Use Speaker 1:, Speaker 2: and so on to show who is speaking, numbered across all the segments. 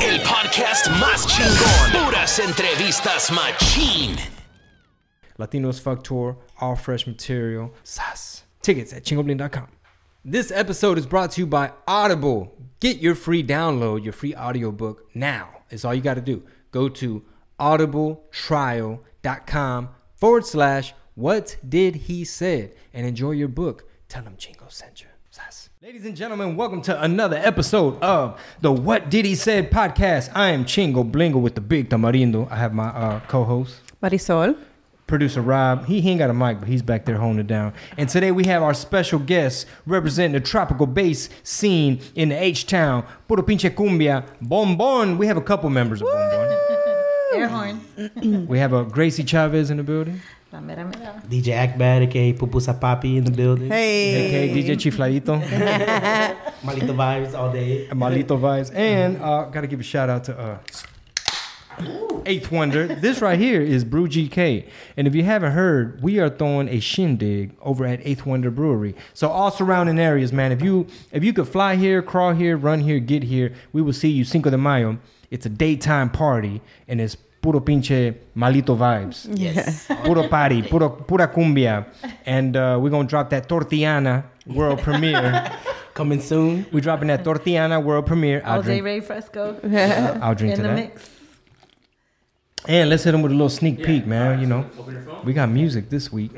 Speaker 1: El podcast más chingón. Puras entrevistas machín.
Speaker 2: Latinos Fuck Tour, all fresh material. Sas. Tickets at chingoblin.com. This episode is brought to you by Audible. Get your free download, your free audiobook now. It's all you got to do. Go to audibletrial.com forward slash what did he said and enjoy your book. Tell him Chingo sent you. Sas. Ladies and gentlemen, welcome to another episode of the What Did He Said podcast. I am Chingo Blingo with the Big Tamarindo. I have my uh, co host
Speaker 3: Marisol.
Speaker 2: producer Rob. He, he ain't got a mic, but he's back there holding it down. And today we have our special guest representing the tropical bass scene in the H Town, Puro Pinche Cumbia, Bon Bon. We have a couple members of Bon Bon.
Speaker 4: Air horn.
Speaker 2: We have a Gracie Chavez in the building,
Speaker 4: La mera mera.
Speaker 5: DJ Akbad, aka Pupusa Papi in the building.
Speaker 3: Hey.
Speaker 2: aka DJ Chifladito,
Speaker 5: Malito vibes all day.
Speaker 2: and Malito Vibes, and uh, gotta give a shout out to uh, Eighth Wonder. This right here is Brew GK. And if you haven't heard, we are throwing a shindig over at Eighth Wonder Brewery. So all surrounding areas, man. If you if you could fly here, crawl here, run here, get here, we will see you Cinco de Mayo. It's a daytime party and it's puro pinche malito vibes. Yes. puro party, puro pura cumbia. And uh, we're gonna drop that tortillana world premiere.
Speaker 5: Coming soon.
Speaker 2: We're dropping that tortillana world premiere. I'll
Speaker 4: OJ
Speaker 2: drink,
Speaker 4: Ray Fresco.
Speaker 2: I'll drink
Speaker 4: in
Speaker 2: to
Speaker 4: the
Speaker 2: that.
Speaker 4: mix.
Speaker 2: And let's hit them with a little sneak peek, man. You know, we got music this week.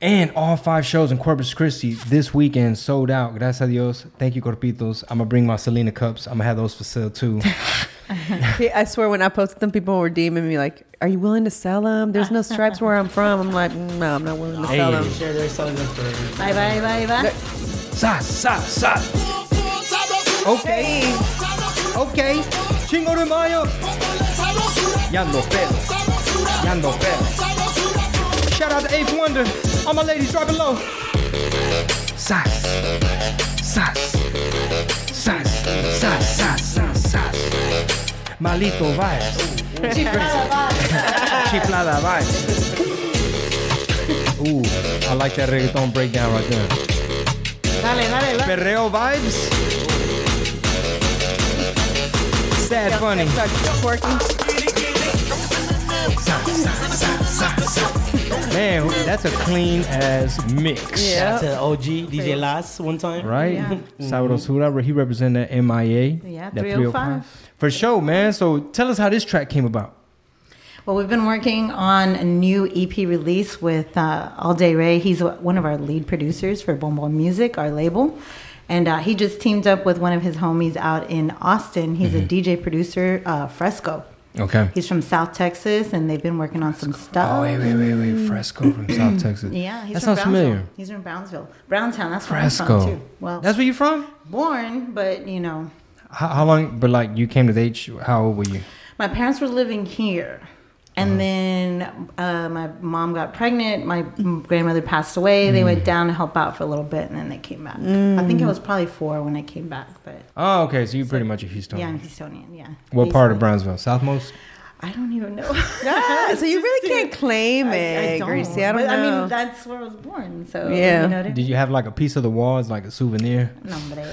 Speaker 2: And all five shows in Corpus Christi this weekend sold out. Gracias a Dios. Thank you, Corpitos. I'm going to bring my Selena cups. I'm going to have those for sale too.
Speaker 3: Hey, I swear, when I posted them, people were DMing me like, "Are you willing to sell them?" There's no stripes where I'm from. I'm like, "Mm, no, I'm not willing to sell
Speaker 5: Hey.
Speaker 3: them.
Speaker 5: Sure, they're selling them for
Speaker 4: Bye bye bye bye.
Speaker 2: Sas, sas, sas. Okay. Okay. Chingo de Mayo. Yando pedo. Yando pedo. Shout out to Eighth Wonder. All my ladies drop it low. Sas. Sas. Sas. Sas. Sas. Sas. Sas. Malito vibes. Chiflada vibes. Ooh, I like that reggaeton breakdown right there.
Speaker 4: Dale, dale, dale.
Speaker 2: Perreo vibes. Sad funny.
Speaker 3: Start twerking.
Speaker 2: Man, that's a clean ass mix.
Speaker 3: Yeah.
Speaker 5: Shout out to OG, DJ Las one time.
Speaker 2: Right? Sabrosura, he represented that MIA.
Speaker 4: Yeah,
Speaker 2: that
Speaker 4: 305.
Speaker 2: For sure, man. So tell us how this track came about.
Speaker 4: Well, we've been working on a new EP release with uh, All Day Ray. He's one of our lead producers for Bon Bon Music, our label. And uh, he just teamed up with one of his homies out in Austin. He's
Speaker 2: Mm-hmm.
Speaker 4: a DJ producer, uh, Fresco.
Speaker 2: Okay.
Speaker 4: He's from South Texas, and they've been working on some stuff.
Speaker 2: Oh, wait, wait, wait, wait. Fresco from South Texas.
Speaker 4: Mm-hmm. Yeah, he's
Speaker 2: that
Speaker 4: from
Speaker 2: sounds
Speaker 4: Brownsville.
Speaker 2: familiar.
Speaker 4: He's from Brownsville, Browntown. That's where I'm from
Speaker 2: Fresco.
Speaker 4: too. Well,
Speaker 2: that's where you from?
Speaker 4: born, but you know,
Speaker 2: How, how long? But like, you came to the age. How old were you?
Speaker 4: my parents were living here, and
Speaker 3: Uh-huh.
Speaker 4: then uh, my mom got pregnant. My grandmother passed away.
Speaker 3: Mm.
Speaker 4: They went down to help out for a little bit, and then they came back. I think I was probably four when I came back, but
Speaker 2: Oh, okay. So you're pretty much a
Speaker 3: Oh.
Speaker 2: Houston.
Speaker 4: yeah, I'm Houstonian. Yeah.
Speaker 2: What part of Brownsville? Southmost.
Speaker 4: I don't even know.
Speaker 3: Ah, so you really
Speaker 4: Just-
Speaker 3: can't claim
Speaker 4: I-
Speaker 3: it,
Speaker 4: I don't,
Speaker 3: Gracie. I don't
Speaker 4: but,
Speaker 3: know.
Speaker 4: I mean, that's where I was born. So
Speaker 3: Yeah.
Speaker 4: You know what I
Speaker 2: Did
Speaker 4: mean?
Speaker 2: you have like a piece of the wall as like a souvenir?
Speaker 4: No, hombre.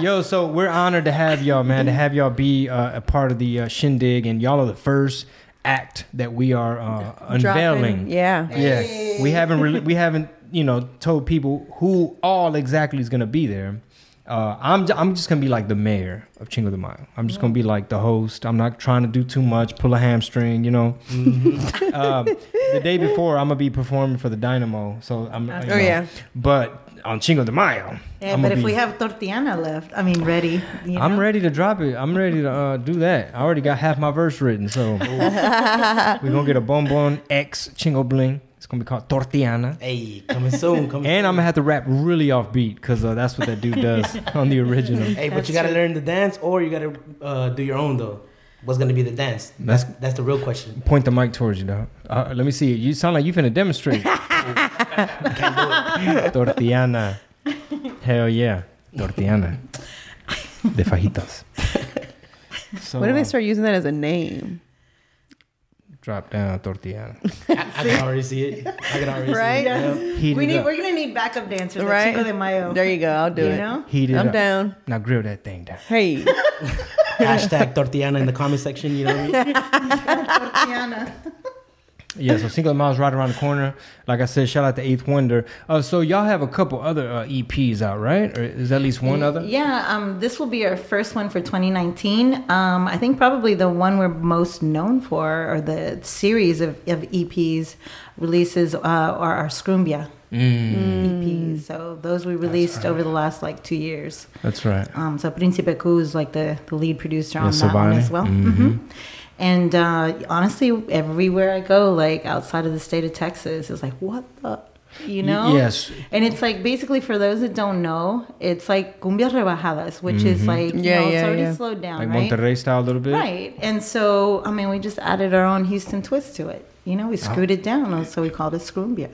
Speaker 2: Yo, so we're honored to have y'all, man, to have y'all be uh, a part of the uh, shindig, and y'all are the first act that we are uh, unveiling.
Speaker 3: Dropping. Yeah.
Speaker 2: Yeah. we haven't really, we haven't, you know, told people who all exactly is gonna be there. Uh, I'm j- I'm just gonna be like the mayor of Chingo de Mayo. I'm just gonna be like the host. I'm not trying to do too much, pull a hamstring, you know.
Speaker 4: Mm-hmm.
Speaker 2: um, the day before, I'm gonna be performing for the Dynamo, so I'm. you know,
Speaker 3: Oh, yeah.
Speaker 2: But on Chingo de Mayo,
Speaker 4: yeah,
Speaker 2: I'ma
Speaker 4: but if
Speaker 2: be-
Speaker 4: we have tortillana left, I mean, ready. You know?
Speaker 2: I'm ready to drop it. I'm ready to uh, do that. I already got half my verse written, so we're gonna get a bonbon X chingo bling. It's gonna be called tortillana,
Speaker 5: Hey, coming soon. Coming
Speaker 2: and I'm
Speaker 5: soon.
Speaker 2: gonna have to rap really offbeat because uh, that's what that dude does on the original.
Speaker 5: Hey, but you gotta learn the dance or you gotta uh, do your own though. What's gonna be the dance?
Speaker 2: That's
Speaker 5: That's the real question.
Speaker 2: point the mic towards you, dog. Uh, let me see. You sound like you finna demonstrate. tortillana, hell yeah, tortillana de fajitas. So,
Speaker 3: What if
Speaker 2: uh,
Speaker 3: they start using that as a name?
Speaker 2: drop down tortilla.
Speaker 5: I, I can already see it. I can already
Speaker 3: Right?
Speaker 5: see it. Yep.
Speaker 2: Heat
Speaker 4: we
Speaker 2: it
Speaker 4: need.
Speaker 2: up.
Speaker 4: We're gonna need backup dancers.
Speaker 3: right?
Speaker 4: Right? Like Chico de Mayo.
Speaker 3: There you go. I'll do
Speaker 4: You
Speaker 3: it.
Speaker 4: know?
Speaker 2: Heat it
Speaker 3: I'm
Speaker 2: up.
Speaker 3: down.
Speaker 2: Now grill that thing down.
Speaker 3: Hey,
Speaker 5: Hashtag tortillana in the comment section. You know what I mean?
Speaker 4: Tiana.
Speaker 2: Yeah, so Cinco de Mayo's right around the corner. Like I said, shout out to Eighth Wonder. Uh, so y'all have a couple other uh, EPs out, right? Or is there at least one other?
Speaker 4: Yeah, um, this will be our first one for 2019. Um, I think probably the one we're most known for, or the series of, of EPs releases, uh, are our Scrumbia
Speaker 2: Mm.
Speaker 4: EPs. So those we released over the last like two years.
Speaker 2: That's right.
Speaker 4: Um, so Principe Ku is like the, the lead producer on
Speaker 2: Yes,
Speaker 4: that one
Speaker 2: Savani. Mm-hmm.
Speaker 4: as well. hmm And uh, honestly, everywhere I go, like outside of the state of Texas, it's like, what the, you know?
Speaker 2: yes.
Speaker 4: And it's like basically for those that don't know, it's like cumbia rebajadas, which is like, you
Speaker 3: Mm-hmm. Yeah,
Speaker 4: know,
Speaker 3: yeah,
Speaker 4: it's already
Speaker 3: yeah.
Speaker 4: slowed down,
Speaker 2: Like
Speaker 4: right?
Speaker 2: Monterrey style a little bit.
Speaker 4: Right. And so, I mean, we just added our own Houston twist to it. You know, we screwed it down, and so we called it Scrumbia.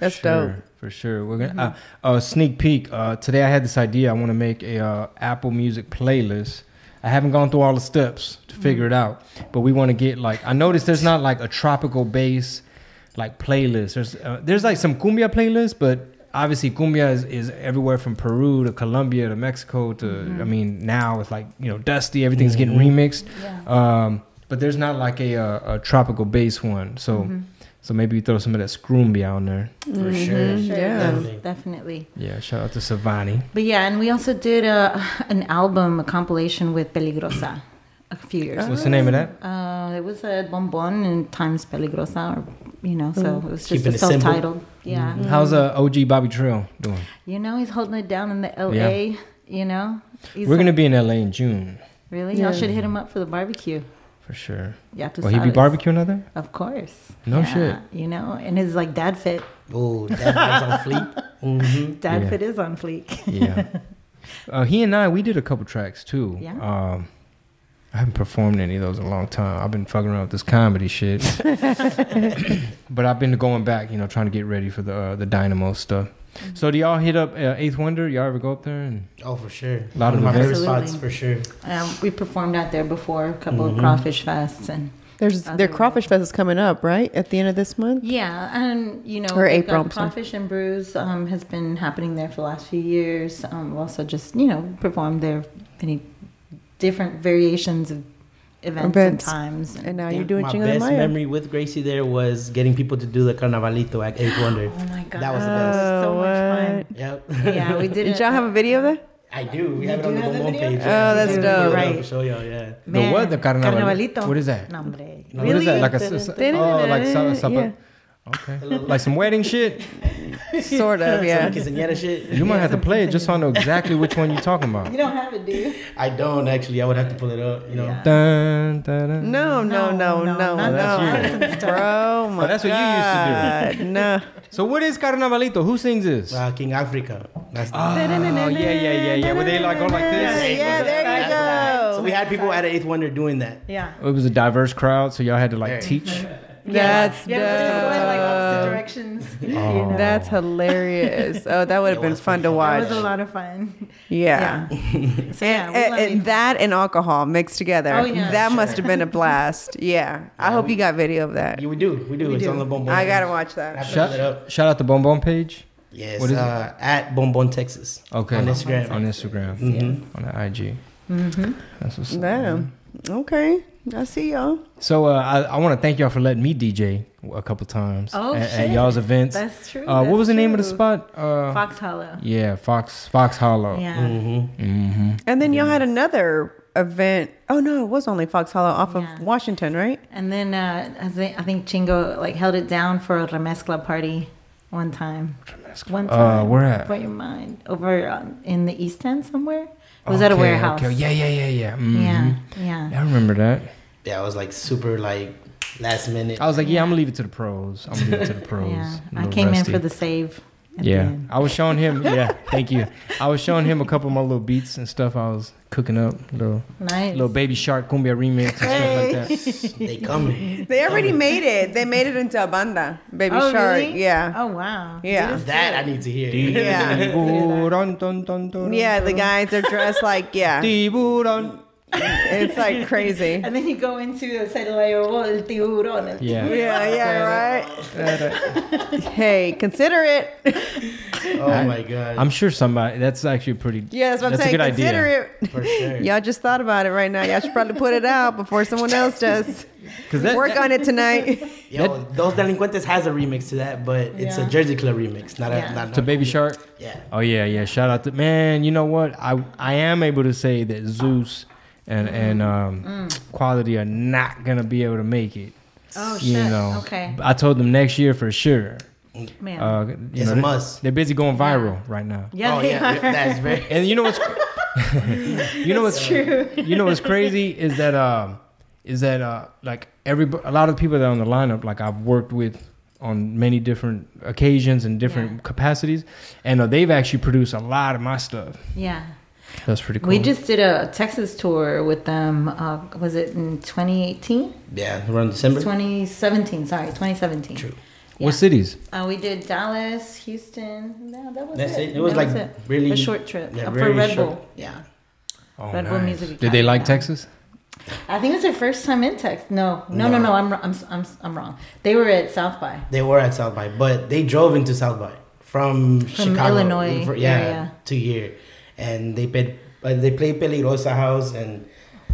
Speaker 3: that's
Speaker 2: sure,
Speaker 3: dope.
Speaker 2: For sure, we're gonna uh, uh, sneak peek. Uh, today, I had this idea. I want to make a uh, Apple Music playlist. I haven't gone through all the steps
Speaker 3: Mm-hmm.
Speaker 2: to figure it out, but we want to get like I noticed there's not like a tropical bass like playlist. There's uh, there's like some cumbia playlists, but obviously cumbia is, is everywhere from Peru to Colombia to Mexico to
Speaker 3: Mm-hmm.
Speaker 2: I mean now it's like you know dusty. Everything's getting remixed. Um, but there's not like a, uh a tropical bass one, so
Speaker 3: Mm-hmm.
Speaker 2: so maybe you throw some of that scrumbia on there.
Speaker 5: For sure.
Speaker 3: Yeah.
Speaker 5: Definitely.
Speaker 4: Definitely.
Speaker 2: Yeah, shout out to Savani.
Speaker 4: But yeah, and we also did a, an album, a compilation with Peligrosa a few years ago.
Speaker 2: What's the name of that?
Speaker 4: Uh, it was a bonbon and times peligrosa, or, you know,
Speaker 3: Mm.
Speaker 4: so it was just
Speaker 5: Keeping
Speaker 4: a
Speaker 5: it simple.
Speaker 4: self-titled. Yeah,
Speaker 2: How's uh, OG Bobby Trill doing?
Speaker 4: you know, he's holding it down in the LA. You know, he's
Speaker 2: We're gonna be in LA in June
Speaker 4: really. Y'all should hit him up for the barbecue.
Speaker 2: for sure.
Speaker 4: Yeah, to
Speaker 2: Will he be barbecuing out there?
Speaker 4: Of course.
Speaker 2: No
Speaker 4: Yeah,
Speaker 2: shit.
Speaker 4: You know, and his like dad fit.
Speaker 5: Oh, that was on fleek. Mm-hmm.
Speaker 4: Dad
Speaker 2: Yeah.
Speaker 4: fit is on fleek.
Speaker 2: Yeah. uh, he and I, we did a couple tracks too.
Speaker 4: Yeah.
Speaker 2: Um, I haven't performed any of those in a long time. I've been fucking around with this comedy shit, but I've been going back, you know, trying to get ready for the uh, the Dynamo stuff.
Speaker 4: Mm-hmm.
Speaker 2: So do y'all hit up uh, Eighth Wonder? Y'all ever go up there? And
Speaker 5: Oh, for sure.
Speaker 2: Lot of
Speaker 5: One of my favorite
Speaker 2: events.
Speaker 5: spots
Speaker 4: Absolutely.
Speaker 5: for sure.
Speaker 4: um, we performed out there before a couple
Speaker 2: Mm-hmm.
Speaker 4: of crawfish fests and
Speaker 3: There's their crawfish fest is coming up, right? At the end of this month.
Speaker 4: Yeah, and you know,
Speaker 3: Or
Speaker 4: they've got
Speaker 3: April, I'm sorry.
Speaker 4: Crawfish and Brews um, has been happening there for the last few years. Um, we've also just you know performed there many different variations of events,
Speaker 3: Events.
Speaker 4: and times. And,
Speaker 3: And now
Speaker 5: Yeah,
Speaker 3: you're doing
Speaker 5: my
Speaker 3: Chingo de
Speaker 5: best
Speaker 3: Mayo.
Speaker 5: memory with Gracie there was getting people to do the carnavalito at Eight Wonder.
Speaker 4: oh my god,
Speaker 5: That was the best.
Speaker 4: so much
Speaker 5: Yep.
Speaker 4: fun! Yeah, we did.
Speaker 3: Did
Speaker 4: it.
Speaker 3: y'all have a video of that?
Speaker 5: I do. We have it on
Speaker 4: do
Speaker 5: the
Speaker 4: have the
Speaker 5: Bonbon
Speaker 4: video?
Speaker 5: page.
Speaker 3: Oh, that's
Speaker 5: We
Speaker 4: dope.
Speaker 5: pulled it up
Speaker 4: Right.
Speaker 5: to Show y'all, yeah.
Speaker 2: The what? The carnaval-
Speaker 4: Carnavalito.
Speaker 2: what is that?
Speaker 4: No, hombre.
Speaker 5: No,
Speaker 2: what is that? Like a
Speaker 4: Really?
Speaker 2: s- s- oh, like so, so,
Speaker 3: Yeah.
Speaker 2: okay, like some wedding shit.
Speaker 3: Sort of,
Speaker 5: Yeah.
Speaker 3: yeah.
Speaker 5: Quinceañera shit.
Speaker 2: You might have to play it just so I know exactly which one you're talking about.
Speaker 4: You don't have it, do you?
Speaker 5: I don't actually. I would have to pull it up. You know.
Speaker 4: Yeah.
Speaker 2: Dun, dun, dun.
Speaker 3: No, no,
Speaker 4: No,
Speaker 3: no,
Speaker 4: no, Oh,
Speaker 3: no,
Speaker 4: not
Speaker 3: no, bro. Oh, My
Speaker 2: that's what you used
Speaker 3: to do. No,
Speaker 2: So what is Carnavalito? Who sings this?
Speaker 5: Uh, King Africa. That's the-
Speaker 2: Oh yeah, yeah, yeah, yeah. Where they like go like this.
Speaker 3: yeah, there you go.
Speaker 5: so we had people at Eighth Wonder doing that.
Speaker 4: Yeah.
Speaker 2: It was a diverse crowd, so y'all had to like teach.
Speaker 3: That's
Speaker 4: Yeah, everybody's going like opposite
Speaker 3: dope.
Speaker 4: directions.
Speaker 2: Oh,
Speaker 3: That's hilarious. Oh, that would have been fun to
Speaker 4: That
Speaker 3: watch.
Speaker 4: was a lot of fun.
Speaker 3: Yeah.
Speaker 4: So yeah, we
Speaker 3: And,
Speaker 4: love you.
Speaker 3: and that and alcohol mixed together.
Speaker 4: Oh, yeah.
Speaker 3: that must have been a blast. Yeah. I hope you got video of that.
Speaker 5: Yeah, we do. We do. it's on the Bonbon.
Speaker 3: I got to
Speaker 5: page.
Speaker 3: watch
Speaker 5: I
Speaker 3: that.
Speaker 5: pulled it up.
Speaker 2: Shout, shout out the Bonbon page.
Speaker 5: Yes.
Speaker 2: What is it?
Speaker 5: uh, At Bonbon Texas.
Speaker 2: Okay.
Speaker 5: On Instagram.
Speaker 2: On Instagram. On the IG. That's what's up.
Speaker 3: Damn. Okay. I see y'all.
Speaker 2: So uh, I, I want to thank y'all for letting me DJ a couple times
Speaker 4: Oh,
Speaker 2: at, at
Speaker 4: shit.
Speaker 2: y'all's events.
Speaker 4: That's true,
Speaker 2: Uh, what
Speaker 4: that's
Speaker 2: was the name of the
Speaker 4: true.
Speaker 2: spot? Oh. Uh,
Speaker 4: Fox Hollow.
Speaker 2: Yeah, Fox Fox Hollow.
Speaker 4: Yeah.
Speaker 5: Mm-hmm.
Speaker 3: And then y'all had another event. Oh, no, it was only Fox Hollow off
Speaker 4: Yeah.
Speaker 3: of Washington, right?
Speaker 4: And then uh, I, think, I think Chingo like held it down for a remezcla party one time. One
Speaker 2: Uh,
Speaker 4: time.
Speaker 2: where at?
Speaker 4: For your mind. Over um, in the East End somewhere? It was at a
Speaker 2: Okay,
Speaker 4: warehouse.
Speaker 2: okay. Yeah, yeah, yeah, yeah. Mhm.
Speaker 4: Yeah. Yeah.
Speaker 2: Yeah, I remember that.
Speaker 5: Yeah, it was like super like last minute.
Speaker 2: I was like, yeah, I'm gonna leave it to the pros. I'm gonna leave it to the pros.
Speaker 4: Yeah.
Speaker 2: A
Speaker 4: I
Speaker 2: little
Speaker 4: came
Speaker 2: rusty.
Speaker 4: in for the save. at the
Speaker 2: Yeah,
Speaker 4: end.
Speaker 2: I was showing him. Yeah, thank you. I was showing him a couple of my little beats and stuff. I was cooking up little
Speaker 4: Nice.
Speaker 2: little baby shark cumbia remix and stuff like that.
Speaker 5: they coming.
Speaker 3: They already made it. They made it into a banda. Baby
Speaker 4: Oh,
Speaker 3: Shark.
Speaker 4: really?
Speaker 3: Yeah.
Speaker 4: Oh, wow.
Speaker 3: Yeah.
Speaker 5: That I need to hear.
Speaker 3: Yeah.
Speaker 2: Tiburón, dun, dun, dun, dun.
Speaker 3: Yeah, the guys are dressed like, yeah.
Speaker 2: Tiburón.
Speaker 3: It's like crazy.
Speaker 4: And then you go into the Celayo, el tiburón. el
Speaker 2: Yeah.
Speaker 3: Yeah, yeah, right. hey, consider it.
Speaker 5: Oh my god.
Speaker 2: I'm sure somebody. That's actually pretty.
Speaker 3: Yeah, that's what I'm saying.
Speaker 2: a good
Speaker 3: Consider
Speaker 2: idea.
Speaker 3: it.
Speaker 5: for sure.
Speaker 3: Y'all just thought about it right now. Y'all should probably put it out before someone else does.
Speaker 2: 'Cause that-
Speaker 3: Work on it tonight.
Speaker 5: Yo, Dos Delincuentes has a remix to that, but it's a
Speaker 4: Yeah.
Speaker 5: Jersey Club remix, not
Speaker 4: Yeah.
Speaker 5: a not
Speaker 2: To Baby Shark.
Speaker 5: Yeah.
Speaker 2: Oh yeah, yeah. Shout out to man. You know what? I I am able to say that Zeus and and
Speaker 4: Mm-hmm.
Speaker 2: um, quality are not gonna be able to make it.
Speaker 4: Mm. Oh,
Speaker 2: you
Speaker 4: shit.
Speaker 2: know.
Speaker 4: Okay.
Speaker 2: I told them next year for sure.
Speaker 4: Man.
Speaker 2: Uh, you
Speaker 5: It's
Speaker 2: know,
Speaker 5: a
Speaker 2: they-
Speaker 5: must.
Speaker 2: They're busy going viral right now.
Speaker 4: yeah,
Speaker 5: oh
Speaker 4: they
Speaker 5: yeah,
Speaker 4: are.
Speaker 5: that's very.
Speaker 2: And you know what's you know what's
Speaker 4: true.
Speaker 2: you know what's crazy is that um is that uh like every a lot of people that are on the lineup like I've worked with on many different occasions and different
Speaker 4: Yeah.
Speaker 2: capacities and uh, they've actually produced a lot of my stuff.
Speaker 4: Yeah.
Speaker 2: That's pretty cool.
Speaker 4: We just did a Texas tour with them. Uh, was it in 2018?
Speaker 5: Yeah, around December.
Speaker 4: 2017, sorry, 2017.
Speaker 5: True.
Speaker 2: What cities?
Speaker 4: Uh, we did Dallas, Houston. No, that was
Speaker 5: That's
Speaker 4: it.
Speaker 5: it. It was
Speaker 4: That
Speaker 5: like really-
Speaker 4: a short trip
Speaker 5: yeah,
Speaker 4: uh, for
Speaker 5: very
Speaker 4: Red
Speaker 5: short.
Speaker 4: Bull. Yeah,
Speaker 2: Oh,
Speaker 4: Red Bull Music
Speaker 2: Did they
Speaker 4: Academy,
Speaker 2: like
Speaker 4: yeah.
Speaker 2: Texas?
Speaker 4: I think it was their first time in Texas. No, no, no, no.
Speaker 5: No.
Speaker 4: I'm, I'm, I'm, I'm wrong. They were at South by
Speaker 5: They were at South by, but they drove into South by from, Chicago,
Speaker 4: Illinois
Speaker 5: for- yeah,
Speaker 4: area.
Speaker 5: to here, and they played. uh, They played Peligrosa House, and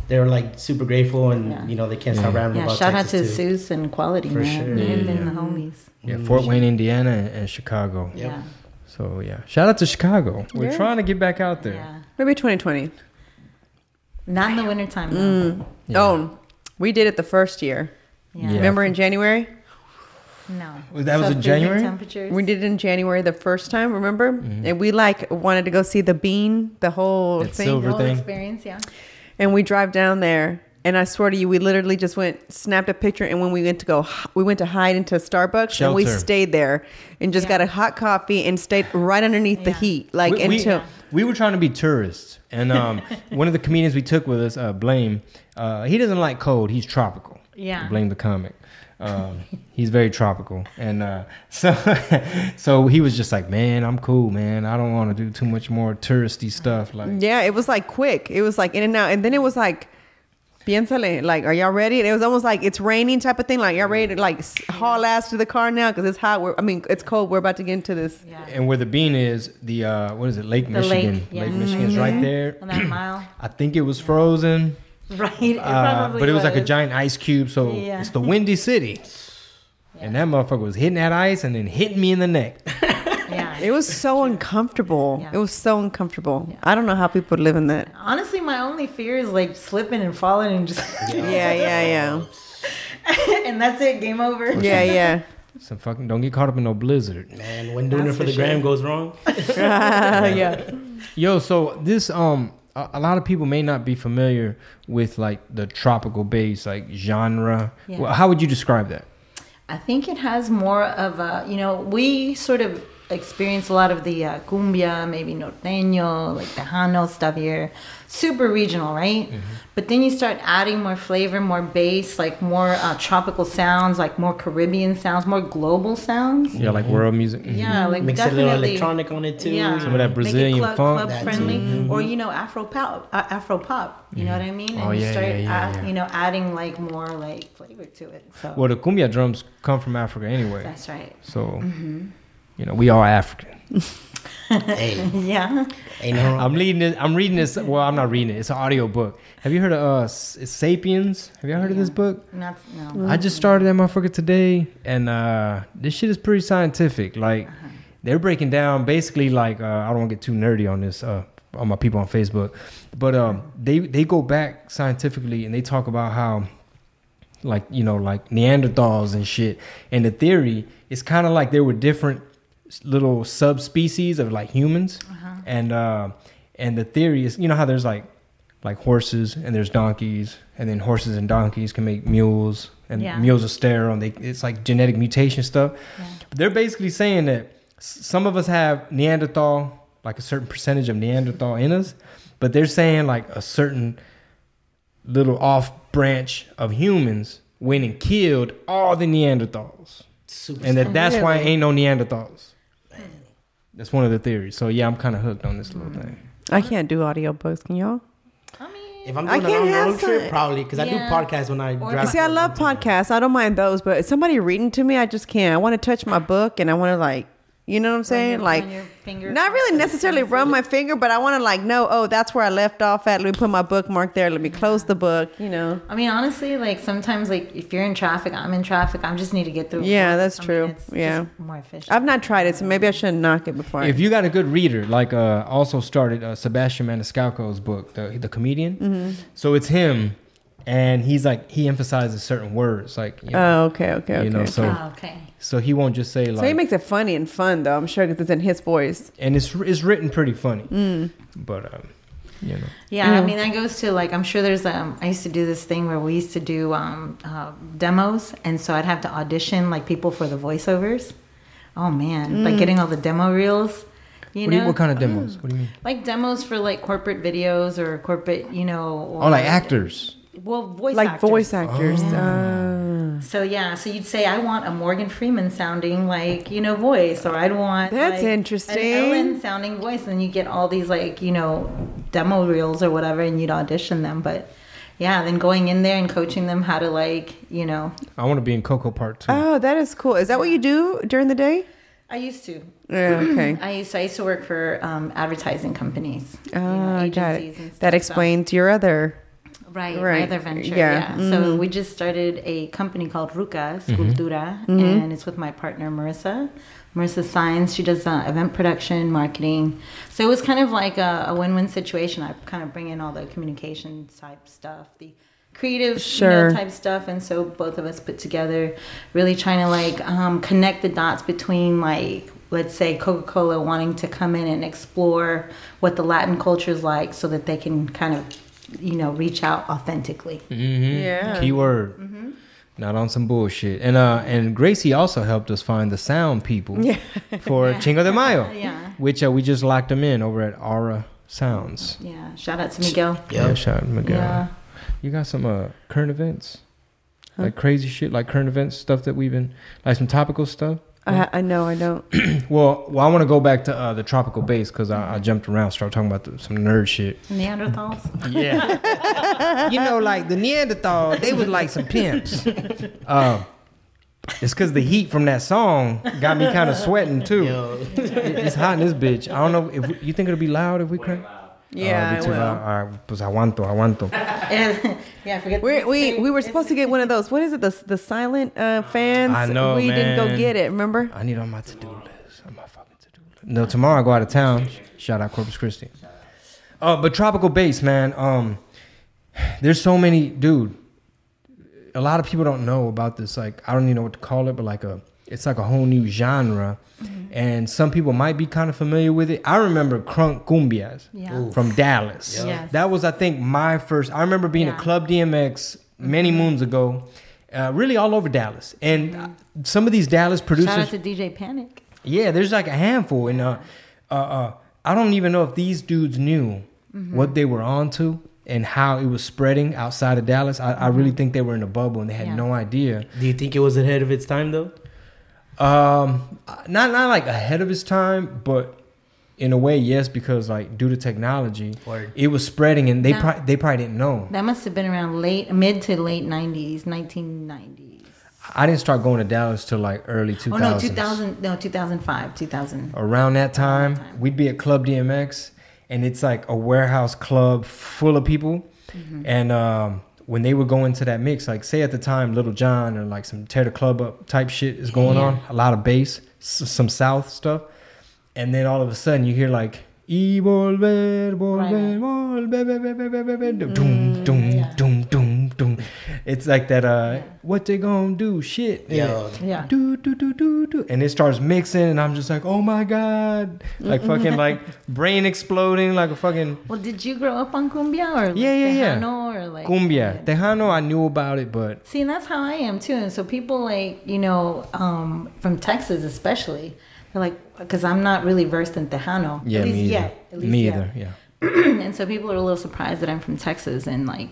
Speaker 5: they were like super grateful, and
Speaker 4: Yeah.
Speaker 5: you know they can't stop rapping
Speaker 4: Yeah,
Speaker 5: about
Speaker 4: shout
Speaker 5: Texas
Speaker 4: out to
Speaker 5: too.
Speaker 4: Seuss and Quality
Speaker 5: For
Speaker 4: man.
Speaker 5: sure.
Speaker 4: They've
Speaker 2: Yeah,
Speaker 4: been
Speaker 2: yeah.
Speaker 4: the homies.
Speaker 2: Yeah, Fort Wayne, Indiana, and, and Chicago.
Speaker 5: Yep.
Speaker 4: Yeah,
Speaker 2: So yeah, shout out to Chicago. We're
Speaker 3: Yeah.
Speaker 2: trying to get back out there.
Speaker 4: yeah.
Speaker 3: Maybe 2020.
Speaker 4: Not in the wintertime. though.
Speaker 3: Oh, we did it the first year.
Speaker 4: Yeah.
Speaker 2: Yeah.
Speaker 3: Remember in January?
Speaker 4: No.
Speaker 2: Well, that was in
Speaker 4: Sub-freezing
Speaker 2: January?
Speaker 4: Temperatures.
Speaker 3: We did it in January the first time, remember? And we like wanted to go see the bean, the whole
Speaker 2: It's
Speaker 3: thing.
Speaker 2: silver.
Speaker 4: the whole
Speaker 2: everything.
Speaker 4: experience. Yeah.
Speaker 3: And we drive down there. And I swear to you, we literally just went, snapped a picture. And when we went to go, h- we went to hide into Starbucks and we
Speaker 2: Shelter.
Speaker 3: stayed there and just
Speaker 4: Yeah.
Speaker 3: got a hot coffee and stayed right underneath the
Speaker 4: Yeah.
Speaker 3: heat. Like,
Speaker 2: we, we-
Speaker 3: until.
Speaker 2: we were trying to be tourists, and um, one of the comedians we took with us, uh, Blame, uh, he doesn't like cold. He's tropical.
Speaker 4: Yeah.
Speaker 2: Blame the comic. Um, he's very tropical, and uh, so so he was just like, "Man, I'm cool, man. I don't want to do too much more touristy stuff." Like,
Speaker 3: Yeah, it was like quick. It was like in and out. And then it was like, piénsale, like, are y'all ready? And it was almost like it's raining type of thing. Like, y'all ready to like s- haul ass to the car now because it's hot. We're, I mean, it's cold. We're about to get into this.
Speaker 4: Yeah.
Speaker 2: and where the bean is, the uh, what is it? Lake
Speaker 4: The lake,
Speaker 2: Michigan.
Speaker 4: yeah.
Speaker 2: Michigan's right there.
Speaker 4: On that mile.
Speaker 2: I think it was frozen,
Speaker 4: Right. It
Speaker 2: uh,
Speaker 4: probably
Speaker 2: but it was, like a giant ice cube. So
Speaker 4: Yeah.
Speaker 2: it's the Windy City, and that motherfucker was hitting that ice and then hitting me in the neck.
Speaker 4: Yeah.
Speaker 3: It was so uncomfortable.
Speaker 4: Yeah.
Speaker 3: It was so uncomfortable.
Speaker 4: Yeah.
Speaker 3: I don't know how people live in that.
Speaker 4: Honestly, my only fear is like slipping and falling and just.
Speaker 3: Yeah, yeah, yeah.
Speaker 4: and that's it. Game over.
Speaker 3: Yeah, yeah.
Speaker 2: Some fucking don't get caught up in no blizzard.
Speaker 5: Man, when doing
Speaker 4: That's
Speaker 5: it for
Speaker 4: for
Speaker 5: the
Speaker 4: sure.
Speaker 5: gram goes wrong,
Speaker 3: yeah.
Speaker 2: Yo, so this um a, a lot of people may not be familiar with like the tropical bass like genre.
Speaker 4: Yeah.
Speaker 2: Well, how would you describe that?
Speaker 4: I think it has more of a, you know, we sort of experience a lot of the uh, cumbia, maybe norteño, like Tejano stuff here. Super regional, right?
Speaker 2: Mm-hmm.
Speaker 4: But then you start adding more flavor, more bass, like more uh, tropical sounds, like more Caribbean sounds, more global sounds.
Speaker 2: Yeah, like world music. Mhm.
Speaker 4: Mm-hmm. Yeah, like
Speaker 5: mix
Speaker 4: definitely.
Speaker 5: a little electronic on it too.
Speaker 4: Yeah.
Speaker 2: of that
Speaker 4: Make it
Speaker 2: Brazilian
Speaker 4: club,
Speaker 2: funk. Mm-hmm.
Speaker 4: club
Speaker 5: That
Speaker 4: friendly, or you know, Afro pop, uh, Afro pop. You know what I mean? And
Speaker 2: Oh,
Speaker 4: you
Speaker 2: yeah,
Speaker 4: start,
Speaker 2: yeah, yeah,
Speaker 4: add-
Speaker 2: yeah.
Speaker 4: you know, adding like more like flavor to it. So
Speaker 2: Well, the cumbia drums come from Africa anyway.
Speaker 4: that's right. Mm-hmm.
Speaker 2: so you know, we are African.
Speaker 5: hey,
Speaker 4: Yeah.
Speaker 5: ain't no wrong.
Speaker 2: I'm reading this I'm reading this well, I'm not reading it. It's an audio book. Have you heard of uh S- Sapiens? Have y'all heard of this book?
Speaker 4: Not no.
Speaker 3: Mm.
Speaker 2: I just started that motherfucker today, and uh, this shit is pretty scientific. Like, they're breaking down basically like uh, I don't want to get too nerdy on this uh, on my people on Facebook, but um, they they go back scientifically and they talk about how like you know like Neanderthals and shit, and the theory is kind of like there were different s- little subspecies of like humans, and uh, and the theory is you know how there's like like horses and there's donkeys and then horses and donkeys can make mules and
Speaker 4: Yeah.
Speaker 2: mules are sterile and they it's like genetic mutation stuff but they're basically saying that s- some of us have neanderthal like a certain percentage of neanderthal in us but they're saying like a certain little off branch of humans went and killed all the neanderthals
Speaker 5: Super
Speaker 2: and that that's why
Speaker 3: Really?
Speaker 2: ain't no neanderthals
Speaker 3: Mm.
Speaker 2: that's one of the theories so yeah i'm kind of hooked on this little thing
Speaker 3: I can't do audiobooks, can y'all?
Speaker 4: I mean,
Speaker 5: If I'm
Speaker 3: I
Speaker 5: doing a
Speaker 3: can't
Speaker 5: long
Speaker 3: have
Speaker 5: road trip,
Speaker 3: some-
Speaker 5: probably because I do
Speaker 4: Yeah.
Speaker 5: podcasts when I
Speaker 4: Or-
Speaker 5: drive.
Speaker 3: See, I love podcasts. I don't mind those, but somebody reading to me, I just can't. I want to touch my book and I want to like, you know what I'm saying?
Speaker 4: your-
Speaker 3: like,
Speaker 4: run your finger
Speaker 3: not really
Speaker 4: across the
Speaker 3: necessarily
Speaker 4: sentence.
Speaker 3: run my finger, but I want to like know, oh, that's where I left off at. Let me put my bookmark there. Let me close the book. You know,
Speaker 4: I mean, honestly, like sometimes, like if you're in traffic, I'm in traffic. I just need to get through.
Speaker 3: Yeah,
Speaker 4: I
Speaker 3: that's
Speaker 4: mean,
Speaker 3: true.
Speaker 4: it's just
Speaker 3: Yeah.
Speaker 4: more efficient.
Speaker 3: I've not tried it, so maybe I shouldn't knock it before.
Speaker 2: If
Speaker 3: I,
Speaker 2: you got a good reader, like uh, also started uh, Sebastian Maniscalco's book, the the comedian.
Speaker 3: Mm-hmm.
Speaker 2: So it's him, and he's like he emphasizes certain words, like you know,
Speaker 3: oh, okay, okay, okay.
Speaker 2: you know
Speaker 3: so,
Speaker 2: so
Speaker 4: Oh, okay.
Speaker 2: so he won't just say like,
Speaker 3: he makes it funny and fun, though. I'm sure because it's in his voice.
Speaker 2: and it's it's written pretty funny,
Speaker 3: Mm.
Speaker 2: but um, you know.
Speaker 4: Yeah, I mean that goes to like I'm sure there's um I used to do this thing where we used to do um uh, demos and so I'd have to audition like people for the voiceovers. Oh man,
Speaker 3: Mm.
Speaker 4: like getting all the demo reels. You
Speaker 2: What, do
Speaker 4: know
Speaker 2: you, what kind of demos? What do you mean?
Speaker 4: like demos for like corporate videos or corporate, you know, or
Speaker 2: Oh, like actors.
Speaker 4: Well, voice
Speaker 3: Like
Speaker 4: actors.
Speaker 3: voice actors.
Speaker 4: So yeah, so you'd say I want a Morgan Freeman sounding like you know voice, or I'd want
Speaker 3: That's
Speaker 4: like,
Speaker 3: interesting.
Speaker 4: an Ellen sounding voice, and you get all these like you know demo reels or whatever, and you'd audition them. But yeah, then going in there and coaching them how to like you know
Speaker 2: I want to be in Coco Part Two.
Speaker 3: oh, that is cool. Is that what you do during the day?
Speaker 4: I used to.
Speaker 3: Yeah, okay.
Speaker 4: I used to, I used to work for um, advertising companies. you know,
Speaker 3: Oh, I got
Speaker 4: agencies and
Speaker 3: it.
Speaker 4: stuff,
Speaker 3: That
Speaker 4: so-
Speaker 3: explains your other.
Speaker 4: Right,
Speaker 3: Right.
Speaker 4: right. Other venture,
Speaker 3: Yeah.
Speaker 4: yeah. So we just started a company called Ruca Scultura, and it's with my partner Marissa. Marissa Sines. She does uh, event production, marketing. So it was kind of like a, a win-win situation. I kind of bring in all the communication type stuff, the creative
Speaker 3: Sure.
Speaker 4: you know, type stuff, and so both of us put together, really trying to like um, connect the dots between like. Let's say Coca Cola wanting to come in and explore what the Latin culture is like so that they can kind of you know, reach out authentically.
Speaker 3: Yeah.
Speaker 2: Keyword. Not on some bullshit. And uh and Gracie also helped us find the sound people for Chingo de Mayo.
Speaker 4: Yeah.
Speaker 2: Which uh, we just locked them in over at Aura Sounds.
Speaker 4: Yeah. Shout out to Miguel.
Speaker 2: Yeah,
Speaker 5: Yep.
Speaker 2: shout out Miguel.
Speaker 4: Yeah.
Speaker 2: You got some uh current events? Like crazy shit, like current events stuff that we've been like some topical stuff.
Speaker 3: uh, I, I know. I
Speaker 2: Oh,
Speaker 3: don't.
Speaker 2: Well, well, I want to go back to uh, the tropical base because I, I jumped around, started talking about the, some nerd shit.
Speaker 4: Neanderthals.
Speaker 2: Yeah. you know, like the Neanderthal, they was like some pimps. Uh, it's because the heat from that song got me kind of sweating too.
Speaker 5: Yo.
Speaker 2: It- It's hot in this bitch. I don't know if we- you think it'll be loud if we crank.
Speaker 3: Yeah,
Speaker 2: Oh,
Speaker 3: I
Speaker 2: bitch,
Speaker 3: will.
Speaker 2: all right, pues aguanto, aguanto.
Speaker 4: And- yeah, forget
Speaker 3: We're, we we were supposed to get one of those. What is it? The the silent uh, fans.
Speaker 2: Ah, I know,
Speaker 3: We didn't go
Speaker 2: man.
Speaker 3: get it. Remember?
Speaker 2: I need on my to do list. On my fucking to do list. No, tomorrow I go out of town. Shout out Corpus Christi. Uh, but tropical base, man. Um, there's so many, dude. A lot of people don't know about this. Like, I don't even know what to call it, but like a, it's like a whole new genre,
Speaker 4: Mm-hmm.
Speaker 2: and some people might be kind of familiar with it. I remember crunk cumbias
Speaker 4: Yeah. Ooh.
Speaker 2: from Dallas.
Speaker 4: Yes.
Speaker 2: That was, I think, my first. I remember being at
Speaker 4: Yeah. Mm-hmm.
Speaker 2: Club DMX many moons ago, uh, really all over Dallas, and uh, some of these Dallas producers.
Speaker 4: Mm-hmm. Shout out to DJ Panic.
Speaker 2: Yeah, there's like a handful, and uh, uh, uh, I don't even know if these dudes knew
Speaker 4: Mm-hmm.
Speaker 2: what they were onto and how it was spreading outside of Dallas. I, I really think they were in a bubble and they had
Speaker 4: Mm-hmm. Yeah.
Speaker 2: no idea.
Speaker 5: Do you think it was ahead of its time though?
Speaker 2: Um, not not like ahead of its time, but in a way, yes, because like due to technology,
Speaker 5: Word.
Speaker 2: it was spreading, and they
Speaker 4: Now-
Speaker 2: probably they probably didn't know.
Speaker 4: That must have been around late, mid to late 90s, 1990s.
Speaker 2: I didn't start going to Dallas till like early 2000s.
Speaker 4: Oh, no, 2000, no, 2005, 2000.
Speaker 2: around that time, we'd be at Club DMX, and it's like a warehouse club full of people. And um, when they would go into that mix, like say at the time, Little John or like some tear the club up type shit is going on, a lot of bass, s- some South stuff, and then all of a sudden you hear like. Y volver, volver,
Speaker 4: Right.
Speaker 2: volver, be- be- be- be- be- be- do- doom, doom, doom, doom, doom. It's like that. Uh, what they gonna do? Shit.
Speaker 5: Yeah.
Speaker 4: Yeah.
Speaker 2: Do do do do do, and it starts mixing, and I'm just like, oh my god, like
Speaker 4: Mm-hmm.
Speaker 2: fucking like brain exploding, like a fucking
Speaker 4: Well, did you grow up on cumbia or like
Speaker 2: Yeah, yeah, yeah.
Speaker 4: tejano or like
Speaker 2: cumbia. Tejano, I knew about it, but
Speaker 4: See, and that's how I am too. And so people like, you know, um, from Texas especially, they're like, because I'm not really versed in Tejano.
Speaker 2: yeah,
Speaker 4: at least
Speaker 2: me either.
Speaker 4: yet. At least
Speaker 2: me
Speaker 4: yet.
Speaker 2: either. Yeah.
Speaker 4: and so people are a little surprised that I'm from Texas and like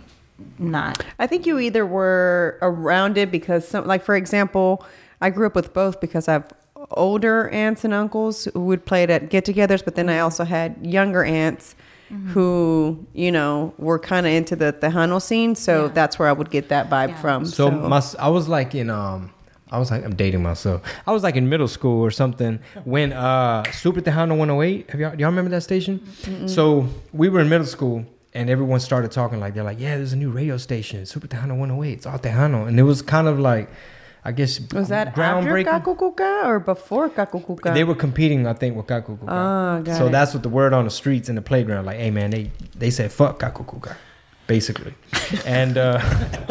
Speaker 4: not.
Speaker 3: I think you either were around it because some, like for example, I grew up with both because I've older aunts and uncles who would play it at get-togethers, but then I also had younger aunts
Speaker 4: Mm-hmm.
Speaker 3: who you know were kind of into the Tejano scene. So
Speaker 4: Yeah.
Speaker 3: that's where I would get that vibe
Speaker 4: Yeah.
Speaker 3: from.
Speaker 2: So, my, I was like in um, I was like I'm dating myself. I was like in middle school or something when uh Super Tejano 108. Have y'all do y'all remember that station? So we were in middle school and everyone started talking like they're like, yeah, there's a new radio station, Super Tejano 108. It's all Tejano, and it was kind of like, I guess
Speaker 3: was that after Kakukuka or before Kakukuka?
Speaker 2: They were competing, I think, with Kakukuka.
Speaker 3: Ah, got
Speaker 2: so
Speaker 3: it.
Speaker 2: that's what the word on the streets and the playground, like, hey man, they they said fuck Kakukuka, basically, and uh,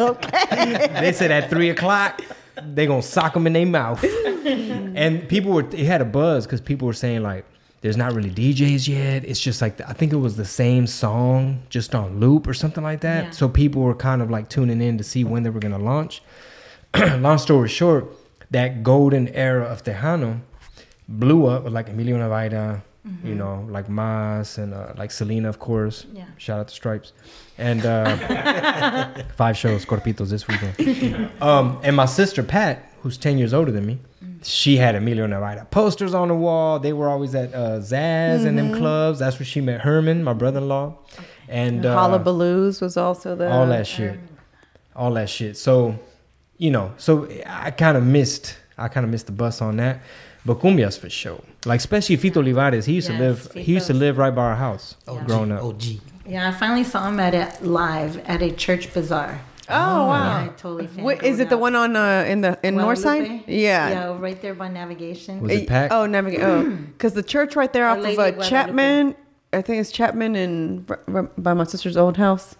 Speaker 2: they said at three o'clock they gonna sock them in their mouth, and people were it had a buzz because people were saying like. There's not really DJs yet. It's just like I think it was the same song just on loop or something like that.
Speaker 4: Yeah.
Speaker 2: So people were kind of like tuning in to see when they were gonna launch. long story short, that golden era of Tejano blew up with like Emilio Navaida, you know, like Mas and uh, like Selena, of course.
Speaker 4: Yeah.
Speaker 2: Shout out to Stripes. And uh, five shows, Corpitos, this weekend. um, and my sister, Pat, who's 10 years older than me, she had Emilio Navaida posters on the wall. They were always at uh, Zaz and them clubs. That's where she met Herman, my brother in law. And uh,
Speaker 3: Hullabaloos was also the
Speaker 2: all that shit,
Speaker 3: um,
Speaker 2: all that shit. So, you know, so I kind of missed, I kind of missed the bus on that. But cumbias for sure, like especially Fito Olivares. He used to
Speaker 4: Yes,
Speaker 2: live, he used to
Speaker 4: Fito's.
Speaker 2: live right by our house
Speaker 3: Oh,
Speaker 2: growing up.
Speaker 5: OG.
Speaker 4: Yeah, I finally saw him at a live at a church bazaar.
Speaker 3: Oh
Speaker 4: Yeah, I
Speaker 3: wow!
Speaker 4: totally fan
Speaker 3: What, is
Speaker 4: code
Speaker 3: it the
Speaker 4: out.
Speaker 3: one on uh, in the in Northside?
Speaker 4: Guadalupe?
Speaker 3: Yeah.
Speaker 4: Yeah, right there by navigation.
Speaker 2: Was it
Speaker 3: Uh,
Speaker 2: packed?
Speaker 3: Oh, navigate. Oh, because the church right there
Speaker 4: Our
Speaker 3: off of
Speaker 4: Lady
Speaker 3: uh,
Speaker 4: Guadalupe.
Speaker 3: Chapman. I think it's Chapman and r- r- by my sister's old house.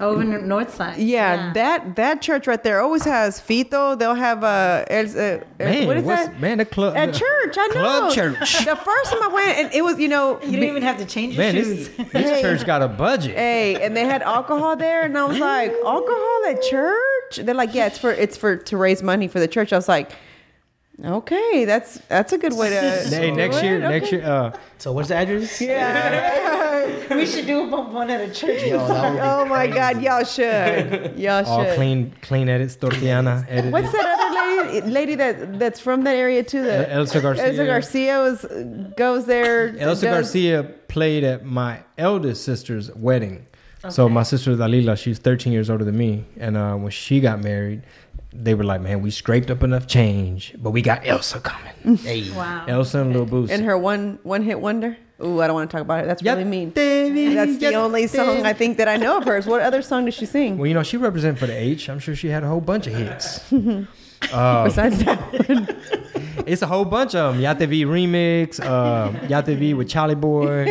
Speaker 4: Oh, Over in north side.
Speaker 3: Yeah, that that church right there always has Fito. They'll have uh, El, uh, El-
Speaker 2: Man,
Speaker 3: what is
Speaker 2: what's-
Speaker 3: that?
Speaker 2: man, the club-
Speaker 3: at
Speaker 2: the-
Speaker 3: church. I know
Speaker 2: Club church.
Speaker 3: The first time I went, and it was you know
Speaker 4: You don't even have to change your
Speaker 2: Man, this,
Speaker 4: shoes.
Speaker 2: this church got a budget.
Speaker 3: Hey, and they had alcohol there, and I was like, alcohol at church? They're like, yeah, it's for it's for to raise money for the church. I was like, okay, that's that's a good way to.
Speaker 2: Hey, next year,
Speaker 3: Okay.
Speaker 2: next year, uh,
Speaker 5: So what's the address?
Speaker 4: we should do one at a church.
Speaker 5: Yo, that would be
Speaker 3: Oh my God, y'all should, y'all
Speaker 2: all
Speaker 3: should.
Speaker 2: clean, clean edits, tortillana edits.
Speaker 3: What's that other lady lady that that's from that area too? That
Speaker 2: Elsa Garcia.
Speaker 3: Elsa Garcia was, goes there.
Speaker 2: Elsa
Speaker 3: does-
Speaker 2: Garcia played at my eldest sister's wedding. So my sister Dalila, she's 13 years older than me, and uh, when she got married, they were like, "Man, we scraped up enough change, but we got Elsa coming."
Speaker 5: Hey.
Speaker 4: Wow.
Speaker 2: Elsa and Lil Boosie.
Speaker 3: Mm-hmm. And her one one hit wonder. Ooh, I don't want to talk about it. That's
Speaker 2: Yep.
Speaker 3: really mean. That's the only song I think that I know of hers. What other song does she sing?
Speaker 2: Well, you know, she represented for the H. I'm sure she had a whole bunch of hits.
Speaker 3: Besides that,
Speaker 2: It's a whole bunch of them. Yate V remix, uh, Yate V with Charlie Boy,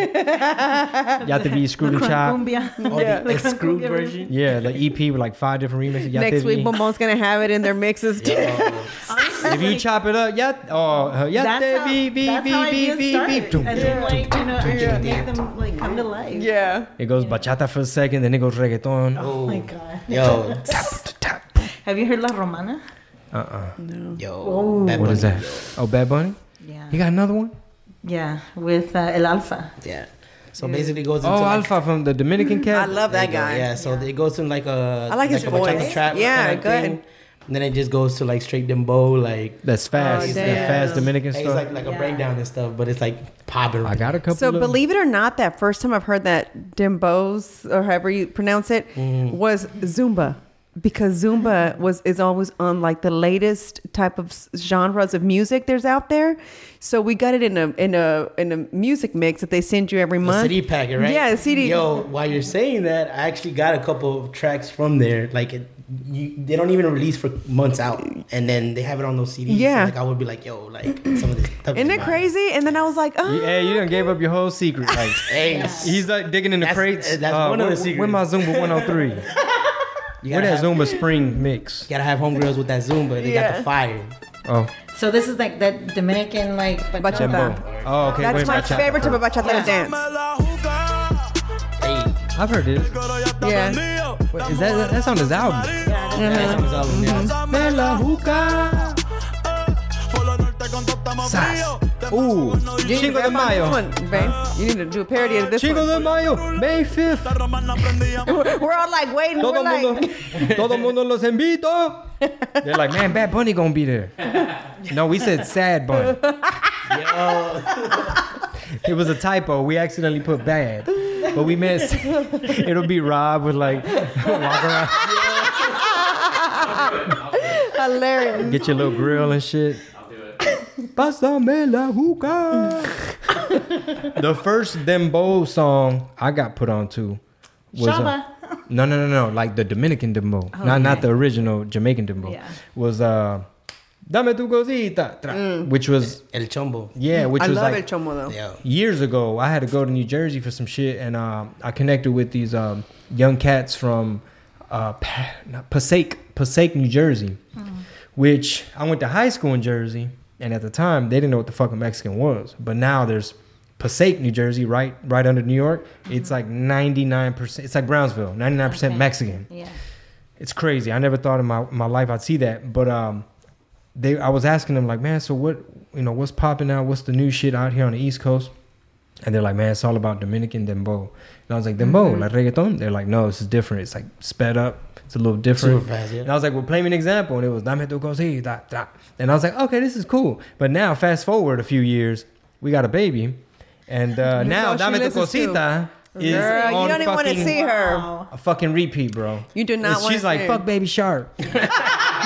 Speaker 2: Yate V Screw the Chop.
Speaker 5: Oh,
Speaker 4: Cumbia.
Speaker 5: the screwed version.
Speaker 2: Yeah, the EP with like five different remixes. Yate
Speaker 3: next week
Speaker 2: V.
Speaker 3: Momo's gonna have it in their mixes too.
Speaker 4: Honestly,
Speaker 2: If you
Speaker 4: like,
Speaker 2: chop it up, yeah, oh, uh, yeah,
Speaker 4: that's
Speaker 2: that
Speaker 4: how,
Speaker 2: beep, beep,
Speaker 4: that's how
Speaker 2: beep, beep,
Speaker 4: ideas
Speaker 2: beep,
Speaker 4: start.
Speaker 2: beep, doom,
Speaker 4: And
Speaker 2: doom.
Speaker 4: then, like, you know, yeah. make them like come to life.
Speaker 3: Yeah.
Speaker 2: It goes bachata for a second, then it goes reggaeton.
Speaker 4: Oh my god.
Speaker 5: Yo,
Speaker 4: Have you heard La Romana?
Speaker 5: yo. Bad
Speaker 2: What is
Speaker 5: Bunny.
Speaker 2: that? Oh, Bad Bunny?
Speaker 4: Yeah.
Speaker 2: He got another one?
Speaker 4: Yeah, with uh, El Alfa.
Speaker 5: Yeah. So basically, it goes into
Speaker 2: Oh,
Speaker 5: like,
Speaker 2: Alpha from the Dominican
Speaker 3: I
Speaker 2: cat.
Speaker 3: love that guy.
Speaker 5: Yeah, so it goes in like a.
Speaker 3: I like his
Speaker 5: a bachata
Speaker 3: voice.
Speaker 5: Trap
Speaker 3: Yeah,
Speaker 5: kind of
Speaker 3: good.
Speaker 5: thing. And then it just goes to like straight dembow, like
Speaker 2: That's fast.
Speaker 3: Oh,
Speaker 2: that
Speaker 3: damn.
Speaker 2: fast Dominican
Speaker 5: it's
Speaker 2: stuff.
Speaker 5: like like a
Speaker 4: Yeah.
Speaker 5: breakdown and stuff, but it's like popping.
Speaker 2: I got a couple
Speaker 3: So
Speaker 2: of
Speaker 3: believe it or not, that first time I've heard that Dimbo's or however you pronounce it
Speaker 5: Mm.
Speaker 3: was Zumba. Because Zumba was is always on like the latest type of s- genres of music there's out there, so we got it in a in a in a music mix that they send you every
Speaker 5: a
Speaker 3: month.
Speaker 5: CD packet, right?
Speaker 3: Yeah, a CD.
Speaker 5: Yo, while you're saying that, I actually got a couple of tracks from there. Like, it, you, they don't even release for months out, and then they have it on those CDs. So,
Speaker 3: Yeah.
Speaker 5: like I would be like, yo, like some of this. Stuff
Speaker 3: Isn't it
Speaker 5: is mine.
Speaker 3: crazy? And then I was like, oh,
Speaker 2: Yeah, hey, you done gave up your whole secret. Like,
Speaker 5: Hey,
Speaker 2: he's like digging in the
Speaker 5: That's-
Speaker 2: crates.
Speaker 5: uh, that's one of the secrets.
Speaker 2: Where my Zumba 103? Where
Speaker 5: you gotta,
Speaker 2: that
Speaker 5: have,
Speaker 2: Zumba Spring mix?
Speaker 5: gotta have homegirls with that Zoom, but they got
Speaker 3: Yeah.
Speaker 5: the fire.
Speaker 2: Oh,
Speaker 4: So this is like that Dominican like
Speaker 3: Bachata.
Speaker 2: Jumbo. Oh, okay.
Speaker 3: that's
Speaker 2: wait,
Speaker 3: my
Speaker 2: bachata.
Speaker 3: favorite type of bachata to dance.
Speaker 5: Hey,
Speaker 2: I've heard this.
Speaker 3: Yeah,
Speaker 2: Wait, is that, that's on his album?
Speaker 5: that's on his album,
Speaker 3: Mm-hmm.
Speaker 5: yeah.
Speaker 2: De la juca. Sas. Ooh,
Speaker 3: You need to
Speaker 2: Chingo de
Speaker 3: rap on this
Speaker 2: Mayo.
Speaker 3: one, babe. You need to do a parody of this
Speaker 2: Chingo
Speaker 3: one.
Speaker 2: de Mayo, May 5th.
Speaker 3: We're all like waiting.
Speaker 2: Todo
Speaker 3: We're like,
Speaker 2: mundo, todo mundo los invito. They're like, man, Bad Bunny gonna be there. No, we said Sad Bunny. It was a typo. We accidentally put bad. But we met. It'll be Rob with like walk around,
Speaker 3: Hilarious.
Speaker 2: get your little grill and shit. Pásame la hookah. the first Dembo song I got put on to was uh,
Speaker 4: Shaba. Oh,
Speaker 2: no no no no like the Dominican Dembo, not not the original Jamaican Dembo.
Speaker 4: Yeah.
Speaker 2: Was uh, Dame tu cosita, tra-
Speaker 4: Mm.
Speaker 2: which was
Speaker 5: El Chombo.
Speaker 2: yeah, which
Speaker 3: I
Speaker 2: was
Speaker 3: love
Speaker 2: like
Speaker 3: El Chomo though.
Speaker 5: Yeah.
Speaker 2: years ago i had to go to new jersey for some shit and um, i connected with these um, young cats from uh, Pa- not- passaic passaic new jersey which i went to high school in jersey and at the time they didn't know what the fucking mexican was but now there's passaic new jersey right right under new york it's like 99% it's like brownsville 99%
Speaker 4: Okay.
Speaker 2: mexican
Speaker 4: Yeah.
Speaker 2: it's crazy. I never thought in my, my life I'd see that. But um, they I was asking them like, man, so what you know, what's popping out? What's the new shit out here on the East Coast? And they're like, man, it's all about Dominican dembo. And I was like, dembo,
Speaker 3: Mm-hmm.
Speaker 2: like reggaeton. They're like, no, this is different. It's like sped up. It's a little different.
Speaker 5: Super fast, yeah.
Speaker 2: And I was like, well, play me an example. And it was dame tu cosita, da. And I was like, okay, this is cool. But now, fast forward a few years, we got a baby, and uh,
Speaker 3: That's
Speaker 2: now
Speaker 3: all she
Speaker 2: dame tu
Speaker 3: listens to.
Speaker 2: cosita is
Speaker 3: Girl, you
Speaker 2: on
Speaker 3: don't even want to
Speaker 2: fucking-
Speaker 3: see her.
Speaker 4: Wow.
Speaker 2: a fucking repeat, bro.
Speaker 3: You do not
Speaker 2: And
Speaker 3: wanna
Speaker 2: She's like,
Speaker 3: see.
Speaker 2: fuck Baby Shark.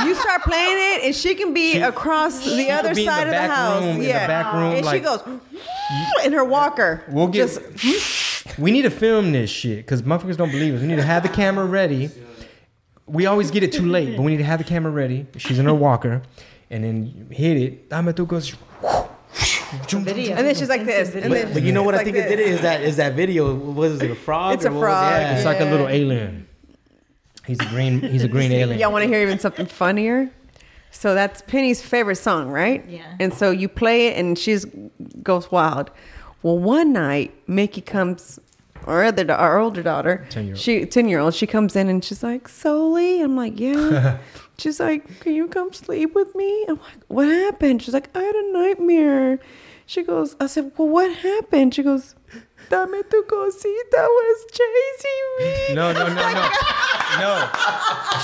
Speaker 3: You start playing it, and she can be
Speaker 2: She-
Speaker 3: across the other
Speaker 2: be in the
Speaker 3: side of the
Speaker 2: back
Speaker 3: house.
Speaker 2: room, in the
Speaker 3: yeah,
Speaker 2: back room,
Speaker 3: and she
Speaker 2: like-
Speaker 3: goes in her walker.
Speaker 2: We'll get.
Speaker 3: Just-
Speaker 2: we need to film this shit because motherfuckers don't believe us. We need to have the camera ready. We always get it too late, but we need to have the camera ready. She's in her walker, and then you hit it. Dame tu goes.
Speaker 4: Video.
Speaker 3: and then she's like this. And then
Speaker 5: But you know what
Speaker 3: it's
Speaker 5: I
Speaker 3: like
Speaker 5: think it
Speaker 3: this.
Speaker 5: did is that is that video. What was it a frog?
Speaker 3: It's a
Speaker 5: or what was it?
Speaker 3: frog,
Speaker 5: Yeah.
Speaker 2: It's like a little alien. He's a green. He's a green alien.
Speaker 3: Y'all want to hear even something funnier? So that's Penny's favorite song, right?
Speaker 4: Yeah.
Speaker 3: And so you play it, and she's goes wild. Well, one night Mickey comes, our other, da- our older daughter,
Speaker 2: 10-year-old.
Speaker 3: she ten year old, she comes in and she's like, "Soli," I'm like, "Yeah." she's like, "Can you come sleep with me?" I'm like, "What happened?" She's like, "I had a nightmare." She goes, "I said, well, what happened?" She goes, "Dame tu cosita was chasing me."
Speaker 2: No, no, no, no, no.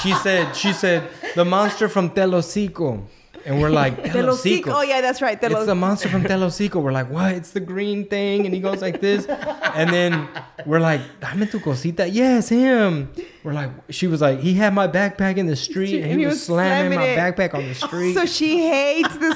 Speaker 2: She said. She said the monster from Telosico, and we're like
Speaker 3: Telosico.
Speaker 2: Telosico.
Speaker 3: Oh yeah, that's right. Telo-
Speaker 2: It's the monster from Telosico. We're like, what? It's the green thing. And he goes like this. And then we're like, dame tu cosita. Yes, him. We're like, she was like, he had my backpack in the street and he, was, slamming, my
Speaker 3: slamming it.
Speaker 2: backpack on the street.
Speaker 3: So she hates the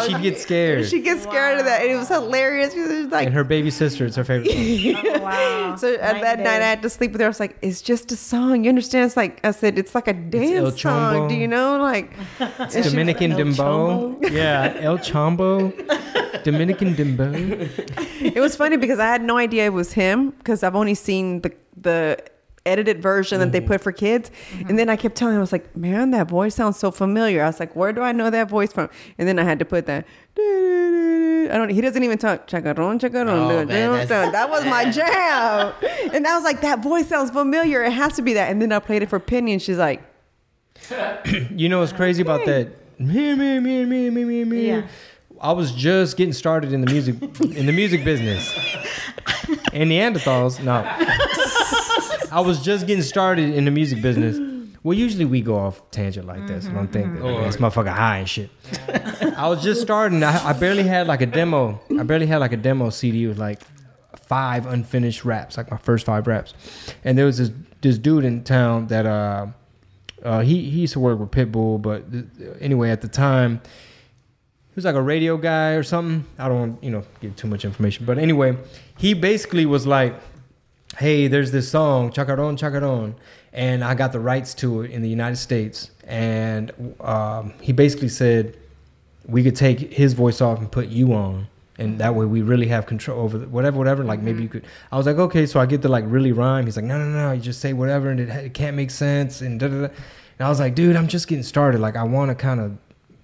Speaker 2: So she'd get scared.
Speaker 3: She gets scared of that. And it was hilarious. She was like,
Speaker 2: and her baby sister, it's her favorite. song.
Speaker 4: wow.
Speaker 3: so at
Speaker 4: Night
Speaker 3: that
Speaker 4: and
Speaker 3: night, I
Speaker 4: day.
Speaker 3: had to sleep with her. I was like, it's just a song. You understand? It's like, I said, it's like a
Speaker 2: El
Speaker 3: dance
Speaker 2: Chombo.
Speaker 3: song. Do you know? Like, and she-
Speaker 2: Dominican
Speaker 5: El
Speaker 2: Dimbo. Yeah, El Chombo. Dominican Dimbo.
Speaker 3: it was funny because I had no idea it was him because I've only seen the, the, edited version that they
Speaker 5: Mm-hmm.
Speaker 3: put for kids and then i kept telling him i was like man that voice sounds so familiar i was like where do i know that voice from and then i had to put that i don't he doesn't even talk chacarron chacarron
Speaker 5: Oh,
Speaker 3: dun, dun,
Speaker 5: man, that's-
Speaker 3: dun. that was my jam and i was like that voice sounds familiar it has to be that and then i played it for penny and she's like
Speaker 2: You know what's crazy about that? Me, me, me, me, me, me, me.
Speaker 4: Yeah.
Speaker 2: I was just getting started in the music in the music business. And Neanderthals, no. I was just getting started in the music business. Well, usually we go off tangent like this, and I'm thinking, oh, this motherfucker high and shit. I was just starting. I, I barely had like a demo. I barely had like a demo CD with like five unfinished raps, like my first five raps. And there was this this dude in town that uh, uh he he used to work with Pitbull, but th- anyway, at the time he was like a radio guy or something. I don't want you know give too much information, but anyway, he basically was like, "Hey, there's this song Chacarón Chacarón, and I got the rights to it in the United States." And um, he basically said, "We could take his voice off and put you on." And that way, we really have control over the, whatever, whatever. Like maybe you could. I was like, okay, so I get to like really rhyme. He's like, no, no, no, you just say whatever, and it, it can't make sense, and da da da. And I was like, dude, I'm just getting started. Like I want to kind of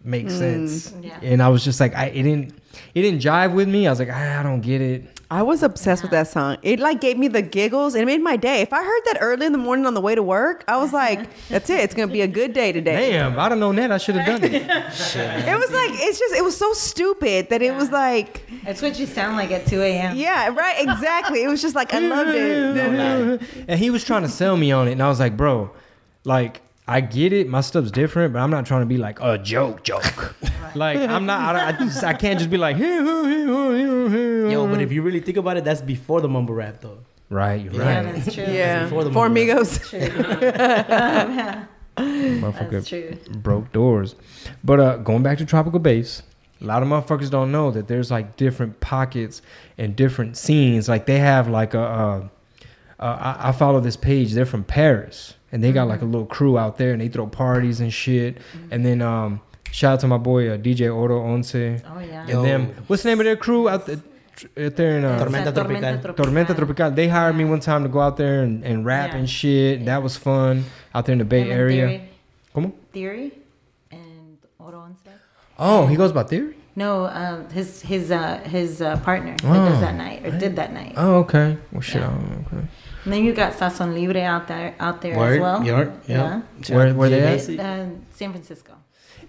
Speaker 2: make sense.
Speaker 4: Yeah.
Speaker 2: And I was just like, I it didn't it didn't jive with me. I was like, I, I don't get it.
Speaker 3: I was obsessed with that song. It like gave me the giggles. It made my day. If I heard that early in the morning on the way to work, I was like, "That's it. It's gonna be a good day today."
Speaker 2: Damn, if I'd have known that. I should have done it.
Speaker 3: It was like it's just it was so stupid that it was like,
Speaker 4: That's what you sound like at 2 a.m.
Speaker 3: yeah, right, exactly. It was just like I loved it.
Speaker 2: and he was trying to sell me on it, and I was like, bro, like I get it. My stuff's different, but I'm not trying to be like a joke, joke. like I'm not. I, don't- I just I can't just be like.
Speaker 5: Yo,
Speaker 2: Yo,
Speaker 3: Mm-hmm.
Speaker 5: but if you really think about it, that's before the mumble rap though.
Speaker 2: Right, you're
Speaker 4: Yeah,
Speaker 2: right.
Speaker 4: that's true.
Speaker 3: Yeah.
Speaker 5: Before the
Speaker 3: Four
Speaker 5: movie.
Speaker 3: amigos.
Speaker 4: That's
Speaker 2: Motherfucker
Speaker 4: true.
Speaker 2: broke doors. But uh, going back to Tropical Base, a lot of motherfuckers don't know that there's like different pockets and different scenes. Like they have like a, uh, uh, I, I follow this page. They're from Paris, and they got like a little crew out there, and they throw parties and shit. And then um, shout out to my boy uh, DJ Oro Once, and
Speaker 4: Oh yeah.
Speaker 5: Yo.
Speaker 2: them. What's the name of their crew out there? Out there in uh,
Speaker 5: Tormenta Tropical.
Speaker 2: Tormenta Tropical. They hired me one time to go out there and, and rap
Speaker 4: Yeah.
Speaker 2: and shit. and That was fun out there in the Bay
Speaker 4: And then
Speaker 2: Area.
Speaker 4: Theory,
Speaker 2: Como?
Speaker 4: theory and Oronce.
Speaker 2: Oh, he goes by theory.
Speaker 4: No, um, his his uh, his uh, partner that
Speaker 2: Oh,
Speaker 4: does that night or did that night.
Speaker 2: Oh, okay. Well, shit. I don't know.
Speaker 4: And then you got Sazon Libre out there out there as well.
Speaker 5: Yard, yeah.
Speaker 2: Yeah. Where- where they at?
Speaker 4: It- uh, San Francisco.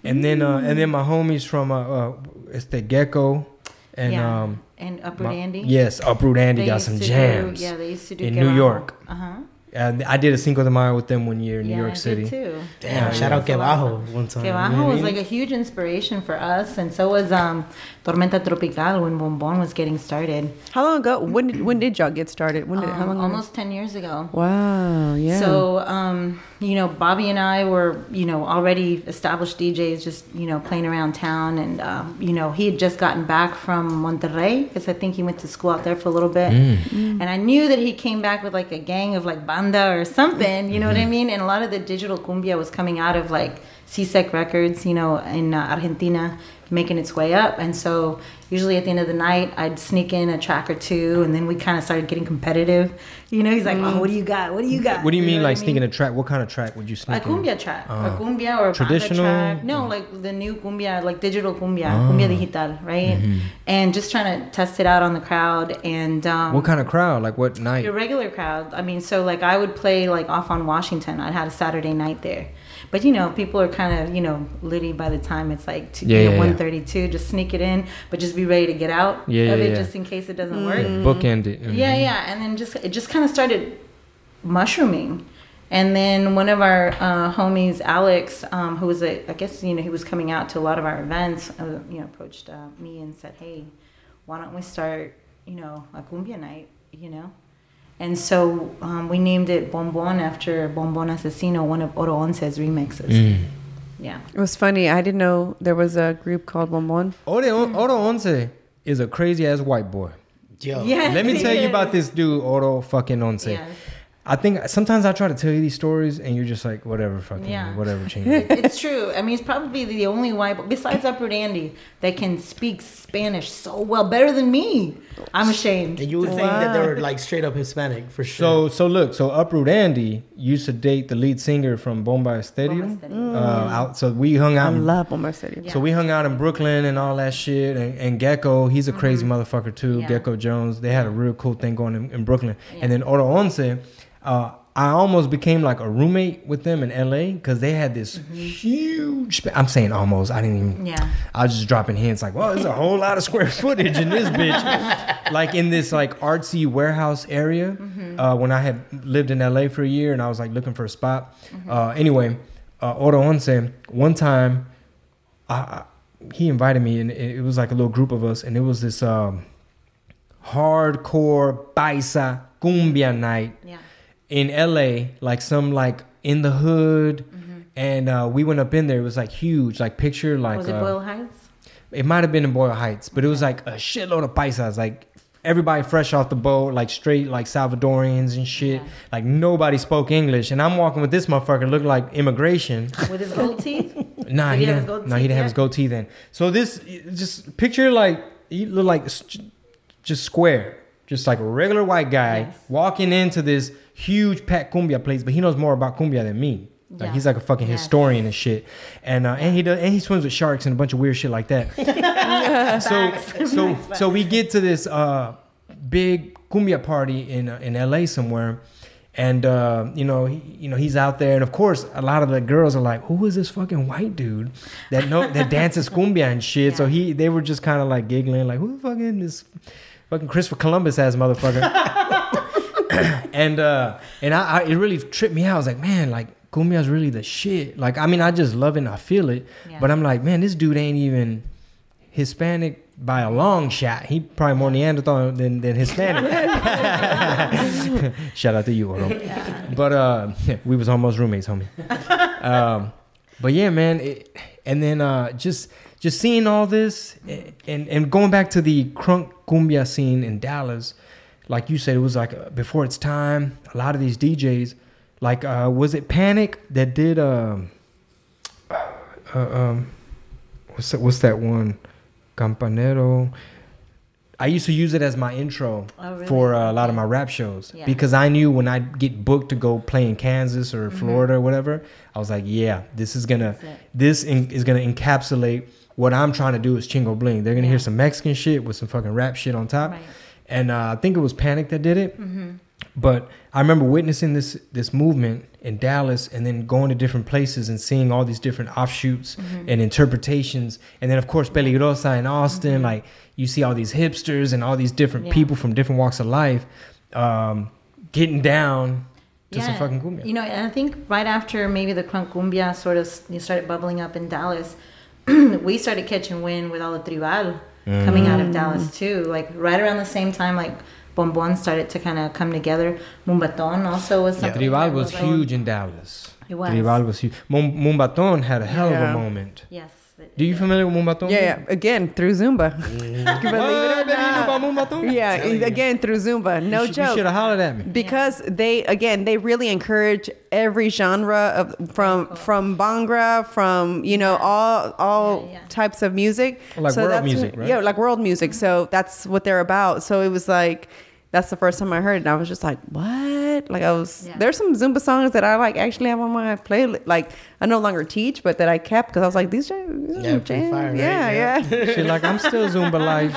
Speaker 2: And then, uh, and then my homies from uh, uh it's the Gecko, and
Speaker 4: yeah.
Speaker 2: um,
Speaker 4: and Upper
Speaker 2: my-
Speaker 4: Andy.
Speaker 2: Yes, Uproot Andy
Speaker 4: They
Speaker 2: got
Speaker 4: used
Speaker 2: some
Speaker 4: to do-
Speaker 2: jams.
Speaker 4: yeah, they used to do
Speaker 2: in New York.
Speaker 4: Uh huh.
Speaker 2: Uh, I did a Cinco de Mayo with them one year in New
Speaker 4: yeah, I
Speaker 2: York
Speaker 4: did
Speaker 2: City.
Speaker 4: too.
Speaker 5: Damn, shout out Quebajo one time.
Speaker 4: Que
Speaker 5: you know
Speaker 4: Bajo
Speaker 5: what I
Speaker 4: was
Speaker 5: mean?
Speaker 4: like a huge inspiration for us, and so was um, Tormenta Tropical when Bombón was getting started.
Speaker 3: How long ago? When did, when did y'all get started? When did how
Speaker 4: Um,
Speaker 3: long? ago?
Speaker 4: almost 10 years ago.
Speaker 3: Wow. Yeah.
Speaker 4: So, um, you know, Bobby and I were, you know, already established DJs, just, you know, playing around town. And, um, you know, he had just gotten back from Monterrey because I think he went to school out there for a little bit. And I knew that he came back with like a gang of like banda or something, you know what I mean? And a lot of the digital cumbia was coming out of like CSEC Records, you know, in uh, Argentina, making its way up. And so, usually at the end of the night, I'd sneak in a track or two, and then we kind of started getting competitive. You know, he's like, "Oh, what do you got? What do you got?"
Speaker 2: What do you mean,
Speaker 4: know
Speaker 2: like
Speaker 4: I
Speaker 2: sneaking a track? What kind of track would you
Speaker 4: a
Speaker 2: sneak? in?
Speaker 4: cumbia track, a cumbia or a
Speaker 2: Oh. Traditional? Oh.
Speaker 4: traditional track. No, like the new cumbia, like digital cumbia, cumbia digital, right? And just trying to test it out on the crowd and um,
Speaker 2: Mm-hmm. What kind of crowd? Like what night?
Speaker 4: your regular crowd. I mean, so like I would play like off on Washington. I had a Saturday night there, but you know, people are kind of you know litty by the time it's like two,
Speaker 2: Yeah,
Speaker 4: you know,
Speaker 2: yeah, yeah.
Speaker 4: 132. Just sneak it in, but just be ready to get out
Speaker 2: Yeah,
Speaker 4: of
Speaker 2: yeah,
Speaker 4: it
Speaker 2: yeah.
Speaker 4: just in case it doesn't work.
Speaker 2: Bookend it. Mhm.
Speaker 4: Yeah, yeah, and then just it just kind of started mushrooming, and then one of our uh, homies, Alex, um, who was a, I guess you know he was coming out to a lot of our events, uh, you know, approached uh, me and said, "Hey, why don't we start, you know, a cumbia night, you know?" And so um, we named it Bonbon after Bonbon Asesino, one of Oro Once's remixes.
Speaker 2: Mm.
Speaker 4: Yeah.
Speaker 3: it was funny. I didn't know there was a group called Bonbon.
Speaker 2: Ode Oro Once is a crazy ass white boy.
Speaker 5: Yo.
Speaker 4: Yes,
Speaker 2: Let me
Speaker 4: he
Speaker 2: tell you
Speaker 4: is.
Speaker 2: about this dude, Oro fucking Once.
Speaker 4: Yes.
Speaker 2: I think sometimes I try to tell you these stories and you're just like, whatever, fucking,
Speaker 4: Yeah.
Speaker 2: whatever, change.
Speaker 4: it's true. I mean, he's probably the only white, bo- besides Upward Andy, that can speak Spanish so well, better than me. I'm ashamed.
Speaker 5: And you would think that they were like straight up Hispanic for
Speaker 2: so,
Speaker 5: sure.
Speaker 2: so look, so Uproot Andy used to date the lead singer from Bomba Estéreo.
Speaker 4: Bomba Estéreo.
Speaker 2: Uh, out, so we hung
Speaker 3: I
Speaker 2: out. in-
Speaker 3: love Bomber City.
Speaker 2: So we hung out in Brooklyn and all that shit. And, and Gecko, he's a crazy motherfucker too.
Speaker 4: Mm-hmm. Yeah.
Speaker 2: Gecko Jones, they had a real cool thing going in, in Brooklyn. And then Oro Once, uh, I almost became like a roommate with them in LA because they had this huge. spa- I'm saying almost. I didn't even.
Speaker 4: Mm-hmm. Yeah.
Speaker 2: I was just dropping hints like, well, there's a whole lot of square footage in this bitch. like in this like artsy warehouse area.
Speaker 4: Mm-hmm.
Speaker 2: Uh, when I had lived in LA for a year and I was like looking for a spot.
Speaker 4: Mm-hmm.
Speaker 2: Uh, anyway, uh, Oro Once, one time, I, I- he invited me and it it was like a little group of us and it was this um, hardcore paisa cumbia night
Speaker 4: Yeah.
Speaker 2: in LA, like some like in the hood. And uh, we went up in there. It was like huge, like picture like
Speaker 4: Mm-hmm. Was it
Speaker 2: uh,
Speaker 4: Boyle Heights?
Speaker 2: it might have been in Boyle Heights, but it was like a shitload of paisas, like everybody fresh off the boat, like straight like Salvadorians and shit. Like nobody spoke English, and I'm walking with this motherfucker, looking like immigration.
Speaker 4: With his gold teeth?
Speaker 2: Nah,
Speaker 4: Did
Speaker 2: he,
Speaker 4: he
Speaker 2: didn't.
Speaker 4: have his gold
Speaker 2: nah, he
Speaker 4: teeth
Speaker 2: didn't have
Speaker 4: yet?
Speaker 2: his gold teeth then. So this, just picture like he looked like s- just square, just like a regular white guy
Speaker 4: Yes.
Speaker 2: walking into this huge packed cumbia place, but he knows more about cumbia than me. Like
Speaker 4: Yeah.
Speaker 2: he's like a fucking
Speaker 4: Yes.
Speaker 2: historian and shit, and uh, and he does, and he swims with sharks and a bunch of weird shit like that so so so we get to this uh, big cumbia party in uh, in LA somewhere, and uh, you know he, you know he's out there, and of course a lot of the girls are like, "Who is this fucking white dude that know that dances cumbia and shit?" So he they were just kind of like giggling, like, "Who the fuck is this fucking Christopher Columbus ass motherfucker?" and uh and I, I it really tripped me out. I was like, man, like cumbia's really the shit. Like I mean, I just love it and I feel it,
Speaker 4: Yeah.
Speaker 2: but I'm like, man, this dude ain't even Hispanic by a long shot. He probably more Neanderthal than, than Hispanic. Shout out to you, Oro. But uh, we was almost roommates, homie. Um, but yeah, man. It, and then uh, just just seeing all this eh, and and going back to the crunk cumbia scene in Dallas, like you said, it was like uh, before its time. A lot of these DJs, like uh, was it Panic that did um, uh, um what's that, what's that one Campanero. I used to use it as my intro
Speaker 4: Oh, really?
Speaker 2: for uh, a lot of my rap shows
Speaker 4: Yeah.
Speaker 2: because I knew when I get booked to go play in Kansas or Florida or whatever, I was like, yeah, this is gonna,
Speaker 4: Mm-hmm. That's it.
Speaker 2: this in, is gonna encapsulate what I'm trying to do is Chingo Bling. They're gonna hear
Speaker 4: Yeah.
Speaker 2: some Mexican shit with some fucking rap shit on top,
Speaker 4: Right.
Speaker 2: and uh, I think it was Panic that did it. But I remember witnessing this this movement in Dallas, and then going to different places and seeing all these different offshoots
Speaker 3: Mm-hmm.
Speaker 2: and interpretations, and then of course Peligrosa in Austin.
Speaker 3: Mm-hmm.
Speaker 2: Like you see all these hipsters and all these different
Speaker 4: Yeah.
Speaker 2: people from different walks of life, um, getting down to some fucking cumbia.
Speaker 4: You know, and I think right after maybe the crunk cumbia sort of s- you started bubbling up in Dallas, we started catching wind with all the tribal coming out of
Speaker 2: Mm.
Speaker 4: Dallas too. Like right around the same time, like Bonbon started to kind of come together. Mumbaton also was something.
Speaker 2: Tribal
Speaker 4: that
Speaker 2: was huge in Dallas.
Speaker 4: It was.
Speaker 2: Tribal was huge. Mum- Mumbaton had a hell of a
Speaker 3: Yeah.
Speaker 2: moment.
Speaker 4: Yes. it-
Speaker 2: Do you familiar with Mumbaton?
Speaker 3: Yeah, yeah. Again through Zumba. You
Speaker 2: What?
Speaker 3: believe it or
Speaker 2: Baby, you know
Speaker 3: not.
Speaker 2: about Mumbaton?
Speaker 3: Yeah, e,
Speaker 2: Telling you.
Speaker 3: again through Zumba. No
Speaker 2: you should- You
Speaker 3: joke.
Speaker 2: should have hollered at me.
Speaker 3: because they again they really encourage every genre of from from bangra from you know all all
Speaker 4: Yeah, yeah.
Speaker 3: types of music
Speaker 2: Like world
Speaker 3: that's-
Speaker 2: music, right?
Speaker 3: yeah like world music so that's what they're about so it was like that's the first time I heard it and I was just like what like I was
Speaker 4: Yeah.
Speaker 3: there's some Zumba songs that I like actually have on my playlist like I no longer teach but that I kept because I was like these are-
Speaker 5: Yeah, pretty
Speaker 3: jam-
Speaker 5: fire, right?
Speaker 3: yeah
Speaker 5: Yeah.
Speaker 3: yeah
Speaker 2: She like, I'm still Zumba life.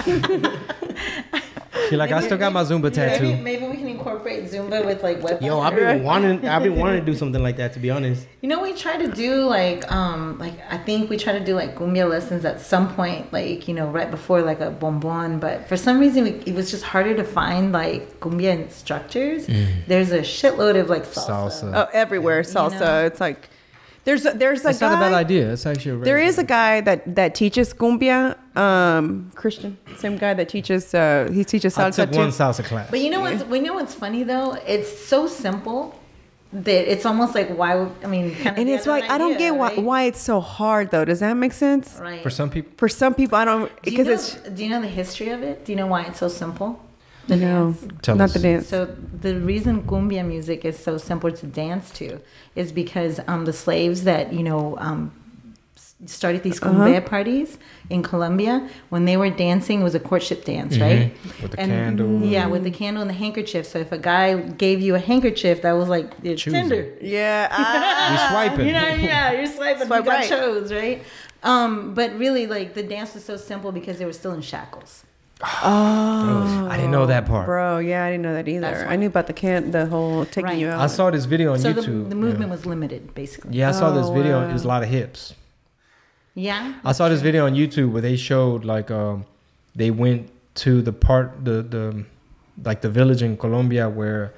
Speaker 2: She like, I still got my Zumba
Speaker 4: Maybe,
Speaker 2: tattoo.
Speaker 4: maybe we can incorporate Zumba with like web.
Speaker 5: Yo, I've been wanting, I've been wanting to do something like that. To be honest,
Speaker 4: You know, we try to do like, um, like I think we try to do like cumbia lessons at some point, like you know, right before like a bonbon. But for some reason, we, it was just harder to find like cumbia instructors. There's a shitload of like salsa.
Speaker 2: Salsa.
Speaker 3: oh everywhere salsa
Speaker 4: know.
Speaker 3: it's like there's there's a
Speaker 2: That's
Speaker 3: guy
Speaker 2: not a bad idea. That's actually a very
Speaker 3: There is a
Speaker 2: good-
Speaker 3: guy that that teaches cumbia, um, Christian, same guy that teaches uh, he teaches
Speaker 2: I
Speaker 3: salsa
Speaker 2: took one
Speaker 3: too.
Speaker 2: salsa class.
Speaker 4: But you know what's we know what's funny though? It's so simple that it's almost like why would I mean? Kind of
Speaker 3: And it's like I don't get why why it's so hard though. Does that make sense?
Speaker 4: Right.
Speaker 2: For some people,
Speaker 3: For some people, I don't
Speaker 4: do you,
Speaker 3: because
Speaker 4: know,
Speaker 3: it's
Speaker 4: do you know the history of it? Do you know why it's so simple? The
Speaker 3: no,
Speaker 4: dance?
Speaker 2: Tell
Speaker 3: not
Speaker 2: us.
Speaker 3: the dance.
Speaker 4: So the reason cumbia music is so simple to dance to is because um, the slaves that you know um, s- started these
Speaker 3: Uh-huh.
Speaker 4: cumbia parties in Colombia when they were dancing it was a courtship dance, right?
Speaker 3: Mm-hmm.
Speaker 4: Mm-hmm.
Speaker 2: With the candle.
Speaker 4: Yeah, with the candle and the handkerchief. So if a guy gave you a handkerchief, that was like your
Speaker 2: Choose it.
Speaker 4: tender.
Speaker 3: yeah, I,
Speaker 2: you swiping.
Speaker 4: You know, yeah, Ah, you're swiping.
Speaker 3: Swipe
Speaker 4: you got
Speaker 3: right.
Speaker 4: chose, right? Um, but really, like the dance was so simple because they were still in shackles.
Speaker 2: Oh, I didn't know that part.
Speaker 3: bro. Yeah, I didn't know that either. I knew about the can the whole taking
Speaker 4: Right.
Speaker 3: you out.
Speaker 2: I saw this video on
Speaker 4: So the,
Speaker 2: YouTube.
Speaker 4: the movement was limited, basically.
Speaker 2: Yeah, I saw this
Speaker 3: Oh,
Speaker 2: video.
Speaker 3: wow.
Speaker 2: It was a lot of hips.
Speaker 4: Yeah.
Speaker 2: I saw this video on YouTube where they showed like um, they went to the part the the like the village in Colombia where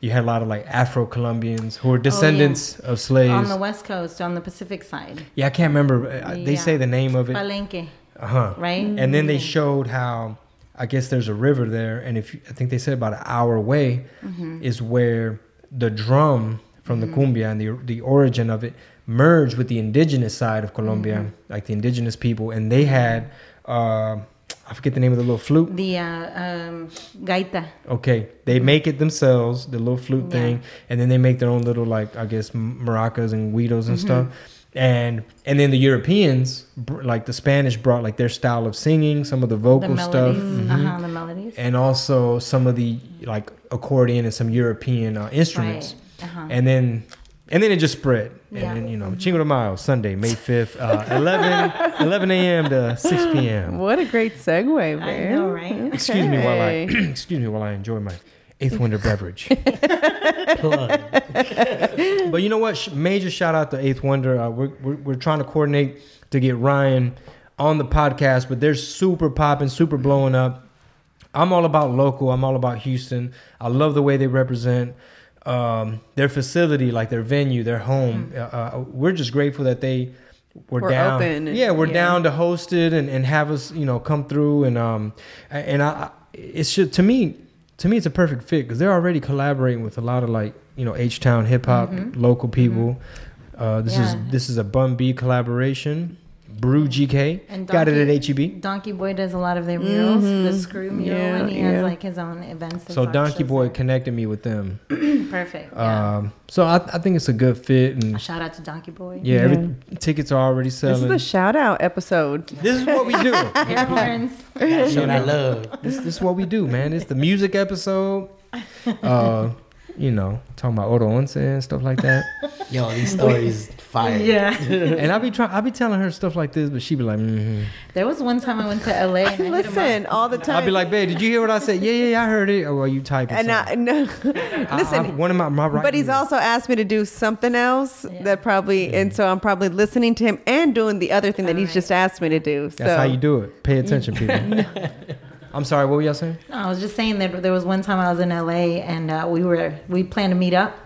Speaker 2: you had a lot of like Afro Colombians who were descendants of
Speaker 4: Oh, on
Speaker 2: slaves.
Speaker 4: the west coast, on the Pacific side,
Speaker 2: yeah, I can't remember. uh They
Speaker 4: Yeah.
Speaker 2: say the name of it.
Speaker 4: Palenque,
Speaker 2: Uh huh.
Speaker 4: right?
Speaker 2: And then they showed how I guess there's a river there, and if you, I think they said about an hour away
Speaker 4: Mm-hmm.
Speaker 2: is where the drum from the cumbia and the the origin of it merged with the indigenous side of Colombia,
Speaker 4: Mm-hmm.
Speaker 2: like the indigenous people, and they had uh, I forget the name of the little flute.
Speaker 4: the uh, um, gaita.
Speaker 2: Okay, they make it themselves, the little flute thing, and then they make their own little like I guess m- maracas and guidos
Speaker 4: Mm-hmm.
Speaker 2: and stuff. And and then the Europeans, br- like the Spanish, brought like their style of singing, some of the
Speaker 4: The
Speaker 2: vocal
Speaker 4: melodies,
Speaker 2: stuff, mm-hmm.
Speaker 4: uh-huh, the melodies,
Speaker 2: and also some of the like accordion and some European uh, instruments.
Speaker 4: Right, uh-huh.
Speaker 2: And then and then it just spread. And
Speaker 4: Yeah.
Speaker 2: then, you know, Chingo de Mayo, Sunday, May 5th, uh, 11, 11 a.m. to 6 p.m.
Speaker 3: what a great segue, man.
Speaker 4: I know, right?
Speaker 2: Excuse me while I
Speaker 3: Okay.
Speaker 2: excuse me while I enjoy my eighth wonder beverage.
Speaker 5: plug.
Speaker 2: But you know what? Sh- Major shout out to Eighth Wonder. Uh, we're, we're we're trying to coordinate to get Ryan on the podcast, but they're super popping, super blowing up. I'm all about local. I'm all about Houston. I love the way they represent um, their facility, like their venue, their home. Uh, uh, we're just grateful that they we're,
Speaker 3: Mm. We're
Speaker 2: down.
Speaker 3: open and-
Speaker 2: yeah, we're
Speaker 3: yeah.
Speaker 2: down to host it and, and have us, you know, come through and um and I it's just to me to me it's a perfect fit because they're already collaborating with a lot of like you know H Town hip hop local people. Uh, this
Speaker 4: Mm-hmm. Yeah.
Speaker 2: is this is a Bun B collaboration. Brew GK
Speaker 4: And
Speaker 2: got it at E
Speaker 4: Donkey-
Speaker 2: HEB.
Speaker 4: Donkey Boy does a lot of their murals, the screw mural,
Speaker 3: Mm-hmm. Yeah,
Speaker 4: and he
Speaker 3: yeah.
Speaker 4: has like his own events. and
Speaker 2: So
Speaker 4: talk
Speaker 2: Donkey
Speaker 4: shows
Speaker 2: Boy
Speaker 4: there.
Speaker 2: connected me with them.
Speaker 4: perfect. Yeah.
Speaker 2: Um, so I, I think it's a good fit and
Speaker 4: Shout out to Donkey Boy.
Speaker 2: yeah, Every, tickets are already
Speaker 3: This is
Speaker 2: selling.
Speaker 3: the shout out episode.
Speaker 2: this is what we do.
Speaker 4: Air horns.
Speaker 5: That shit I love.
Speaker 2: This, this is what we do, man. It's the music episode. Uh, you know, talking about Odo Once and stuff like that.
Speaker 5: Yo, these stories fire.
Speaker 4: Yeah.
Speaker 2: And I'll be trying, I'll be telling her stuff like this, but she be like, mm-hmm.
Speaker 4: There was one time I went to LA and I hit him up.
Speaker 3: Listen, all the time.
Speaker 2: I'll be like, babe, did you hear what I said? Yeah, yeah, yeah, I heard it. Or are you typing?
Speaker 3: and I,
Speaker 2: something?
Speaker 3: no,
Speaker 2: I-
Speaker 3: listen.
Speaker 2: I'm- one of my, my right
Speaker 3: but he's
Speaker 2: ears.
Speaker 3: also asked me to do something else that probably, and so I'm probably listening to him and doing the other thing that he's
Speaker 4: Alright.
Speaker 3: just asked me to do.
Speaker 2: That's
Speaker 3: so
Speaker 2: how you do it. Pay attention, people. I'm sorry. What were y'all saying?
Speaker 4: No, I was just saying that there was one time I was in LA and uh, we were we planned to meet up.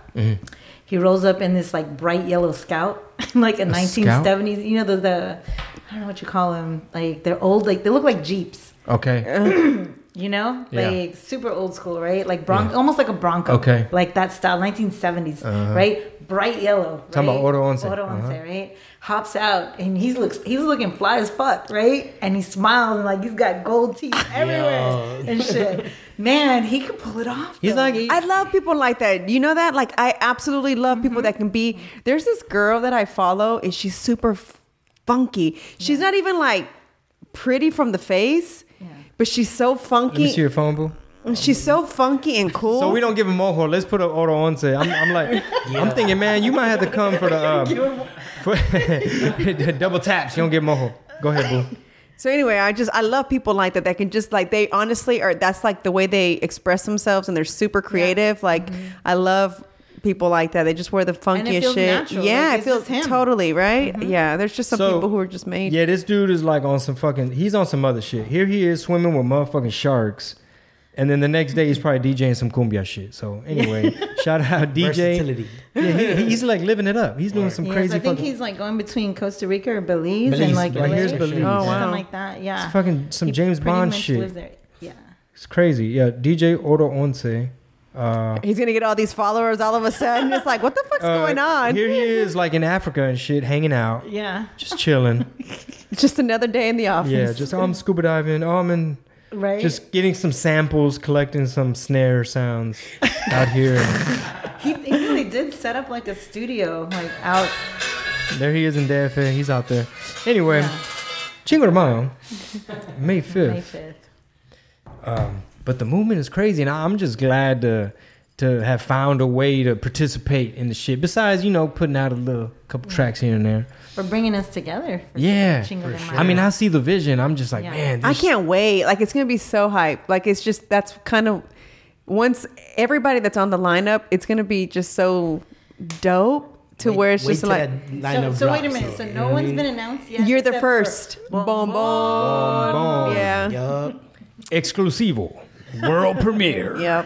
Speaker 4: He rolls up in this like bright yellow Scout, like a,
Speaker 2: Scout?
Speaker 4: 1970s. You know the, the I don't know what you call them. Like they're old. Like they look like
Speaker 3: Uh,
Speaker 4: Jeeps.
Speaker 2: Okay.
Speaker 4: You know,
Speaker 2: Yeah.
Speaker 4: like super old school, right? Like Bronco, almost like a Bronco.
Speaker 2: Okay. Uh-huh.
Speaker 4: Like that style, 1970s, right? Bright yellow.
Speaker 2: Talking
Speaker 4: right?
Speaker 2: about Otto Onsen.
Speaker 4: Otto
Speaker 2: Uh-huh.
Speaker 4: Onsen, right? Hops out and he's looks he's looking fly as fuck, right? And he smiles and like he's got gold teeth everywhere
Speaker 5: Yo.
Speaker 4: and shit. Man, he could pull it off.
Speaker 2: He's
Speaker 4: though.
Speaker 2: like,
Speaker 3: I love people like that. You know that? Like, I absolutely love people that can be. There's this girl that I follow, and she's super f- funky. She's not even like pretty from the face, but she's so
Speaker 2: let me see
Speaker 3: funky.
Speaker 2: your phone, boo.
Speaker 3: She's so funky and cool.
Speaker 2: So we don't give him mojo. Let's put an Odo Once. I'm, I'm like, I'm thinking, man, you might have to come for the, um, for the double taps. You don't get mojo. Go ahead, boo.
Speaker 3: So anyway, I just I love people like that that can just like they honestly are that's like the way they express themselves and they're super creative. Like I love people like that. They just wear the funkiest
Speaker 4: Mm-hmm. feels
Speaker 3: shit.
Speaker 4: natural.
Speaker 3: Yeah,
Speaker 4: Like,
Speaker 3: it
Speaker 4: it's
Speaker 3: feels
Speaker 4: just him. Mm-hmm.
Speaker 3: totally right. Yeah, there's just some
Speaker 2: So-
Speaker 3: people who are just made.
Speaker 2: Yeah, this dude is like on some fucking. He's on some other shit. Here he is swimming with motherfucking sharks, and then the next day he's probably DJing some cumbia shit. So anyway, shout out DJ.
Speaker 5: Versatility.
Speaker 2: Yeah, he, he's like living it up. He's doing some
Speaker 4: Yes,
Speaker 2: crazy
Speaker 4: I think
Speaker 2: fucking.
Speaker 4: he's like going between Costa Rica or Belize, and
Speaker 5: Belize,
Speaker 4: like
Speaker 5: Belize,
Speaker 4: LA,
Speaker 2: here's
Speaker 4: or
Speaker 2: Belize.
Speaker 4: something
Speaker 3: Oh, wow.
Speaker 4: like that. Yeah,
Speaker 2: It's fucking some James
Speaker 4: pretty
Speaker 2: Bond
Speaker 4: much
Speaker 2: shit.
Speaker 4: lives there. Yeah,
Speaker 2: it's crazy. Yeah, DJ Oro Once. Uh,
Speaker 3: He's gonna get all these followers all of a sudden. It's like, what the fuck's
Speaker 2: uh,
Speaker 3: going on?
Speaker 2: Here he is, like in Africa and shit, hanging out,
Speaker 4: yeah,
Speaker 2: just chilling.
Speaker 3: Just another day in the office.
Speaker 2: yeah, just oh, I'm scuba diving. Oh, I'm in.
Speaker 4: right.
Speaker 2: Just getting some samples, collecting some snare sounds out here.
Speaker 4: he, he really did set up like a studio, like out.
Speaker 2: There he is in DFA. He's out there. Anyway,
Speaker 4: Yeah.
Speaker 2: Chingo de Mayo, May 5th.
Speaker 4: May fifth.
Speaker 2: Um, but the movement is crazy, and I- I'm just glad to to have found a way to participate in the shit. Besides, you know, putting out a little couple tracks here and there.
Speaker 4: For bringing us together. For
Speaker 2: Yeah.
Speaker 4: Chingo de Mayo.
Speaker 2: I mean, I see the vision. I'm just like,
Speaker 4: Yeah.
Speaker 2: man,
Speaker 3: I
Speaker 2: this
Speaker 3: can't wait. Like it's gonna be so hype. Like it's just that's kind of once everybody that's on the lineup, it's gonna be just so dope to where it's just like
Speaker 4: So, so wait a minute. So no one's been announced yet.
Speaker 3: You're the
Speaker 4: except for
Speaker 3: first.
Speaker 4: Bon
Speaker 3: Bon
Speaker 4: Bon.
Speaker 2: Bon.
Speaker 3: Yeah.
Speaker 5: Yup.
Speaker 2: exclusivo world premiere.
Speaker 3: Yeah.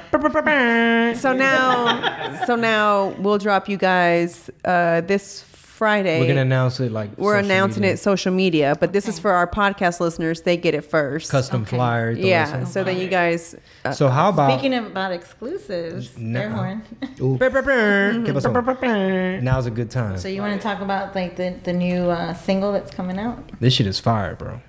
Speaker 3: So now, so now we'll drop you guys uh, this Friday.
Speaker 2: We're gonna announce it like
Speaker 3: We're
Speaker 2: social
Speaker 3: announcing
Speaker 2: media.
Speaker 3: it social media, but this is for our podcast listeners. They get it first.
Speaker 2: custom
Speaker 4: Okay.
Speaker 2: flyer. throw
Speaker 3: yeah.
Speaker 2: this
Speaker 3: So then you guys. uh,
Speaker 2: in. So how about
Speaker 4: Speaking about exclusives,
Speaker 2: Nuh-uh.
Speaker 4: air horn.
Speaker 2: Give us one. Now's a good time.
Speaker 4: so you want to talk about like the the new uh, single that's coming out?
Speaker 2: This shit is fire, bro.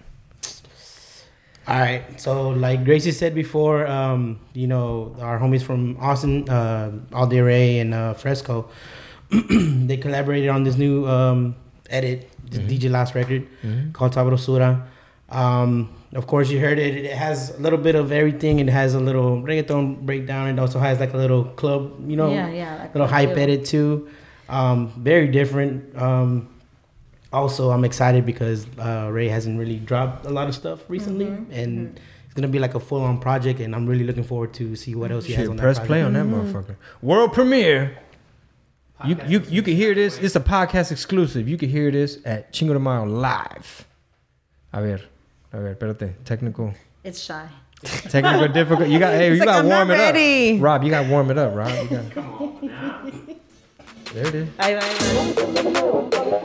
Speaker 5: All right. So, like Gracie said before, um, you know, our homies from Austin, uh, Alde Ray and uh, Fresco, they collaborated on this new um, edit, this DJ Last record called Sabrosura. Um, of course, you heard it. It has a little bit of everything. It has a little reggaeton breakdown. It also has like a little club, you know,
Speaker 4: Yeah, yeah, like
Speaker 5: little
Speaker 4: club
Speaker 5: hype
Speaker 4: feel.
Speaker 5: edit too. Um, very different. Um, also i'm excited because uh, ray hasn't really dropped a lot of stuff recently
Speaker 4: Mm-hmm.
Speaker 5: and it's gonna be like a full-on project and i'm really looking forward to see what else he has
Speaker 2: Shit,
Speaker 5: on
Speaker 2: press
Speaker 5: that
Speaker 2: play
Speaker 5: project.
Speaker 2: on that motherfucker. World premiere. You you you can hear this. It's a podcast exclusive. You can hear this at Chingo de Mayo live. A ver, a ver, espérate. Technical,
Speaker 4: It's shy.
Speaker 2: technical difficult. You got hey, you
Speaker 3: He's like,
Speaker 2: got
Speaker 3: "I'm
Speaker 2: warm
Speaker 3: not
Speaker 2: it
Speaker 3: ready."
Speaker 2: up, Rob. You got warm it up, Rob. You got, There it is.
Speaker 4: I, I,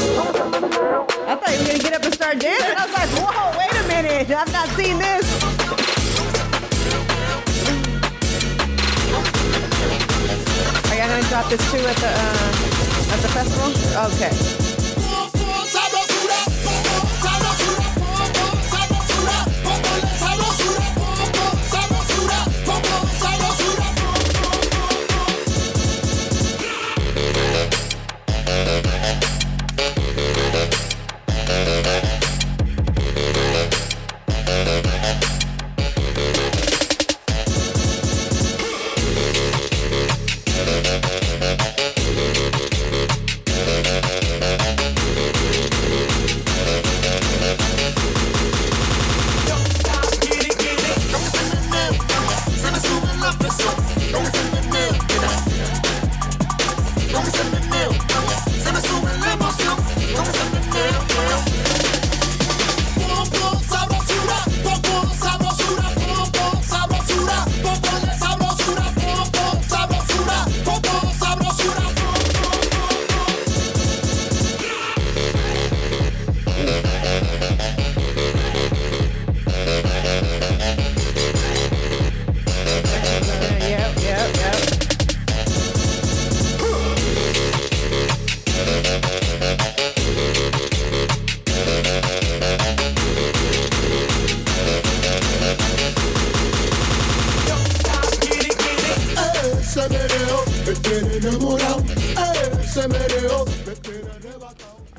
Speaker 3: I thought you were gonna get up and start dancing. I was like, whoa, wait a minute. I've not seen this. Are y'all gonna drop this too at the uh, at the festival? Okay. Yep, yep, yep.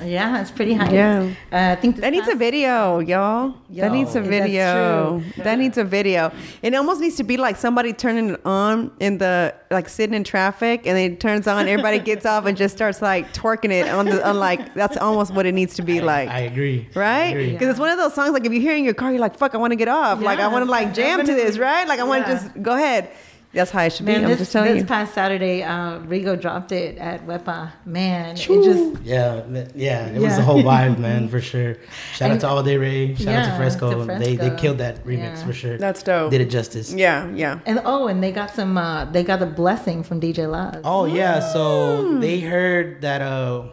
Speaker 4: yeah, it's pretty high.
Speaker 3: Yeah.
Speaker 4: Uh, I think this
Speaker 3: That needs a
Speaker 4: past-
Speaker 3: video, y'all. That
Speaker 4: Yo,
Speaker 3: needs a
Speaker 4: that's
Speaker 3: video.
Speaker 4: true.
Speaker 3: That needs a video. It almost needs to be like somebody turning it on in the like sitting in traffic, and it turns on. Everybody gets off and just starts like twerking it on the on like. That's almost what it needs to be like.
Speaker 5: I agree.
Speaker 3: Right,
Speaker 5: I agree.
Speaker 3: because it's one of those songs. Like if you hear in your car, you're like, "Fuck, I want to get off. Like I
Speaker 4: Yeah,
Speaker 3: want to like jam to this.
Speaker 4: definitely.
Speaker 3: Right? Like I want to
Speaker 4: Yeah.
Speaker 3: just go ahead. That's how it should
Speaker 4: Man,
Speaker 3: be. I'm
Speaker 4: this,
Speaker 3: just telling
Speaker 4: this
Speaker 3: you.
Speaker 4: past Saturday, uh, Rigo dropped it at Wepa. Man, it just
Speaker 5: Yeah, th- yeah, it was
Speaker 4: Yeah.
Speaker 5: the whole vibe, man, for sure. Shout
Speaker 4: And-
Speaker 5: out to All Day Ray. Shout out
Speaker 4: Yeah,
Speaker 5: to Fresco.
Speaker 4: to
Speaker 5: They they
Speaker 4: Fresco.
Speaker 5: killed that remix
Speaker 4: Yeah.
Speaker 5: for sure.
Speaker 3: That's dope.
Speaker 5: Did it justice.
Speaker 3: yeah, yeah.
Speaker 4: and oh, and they got some. Uh, they got a blessing from DJ Laz.
Speaker 5: Oh yeah, so
Speaker 4: Mm.
Speaker 5: they heard that. Uh,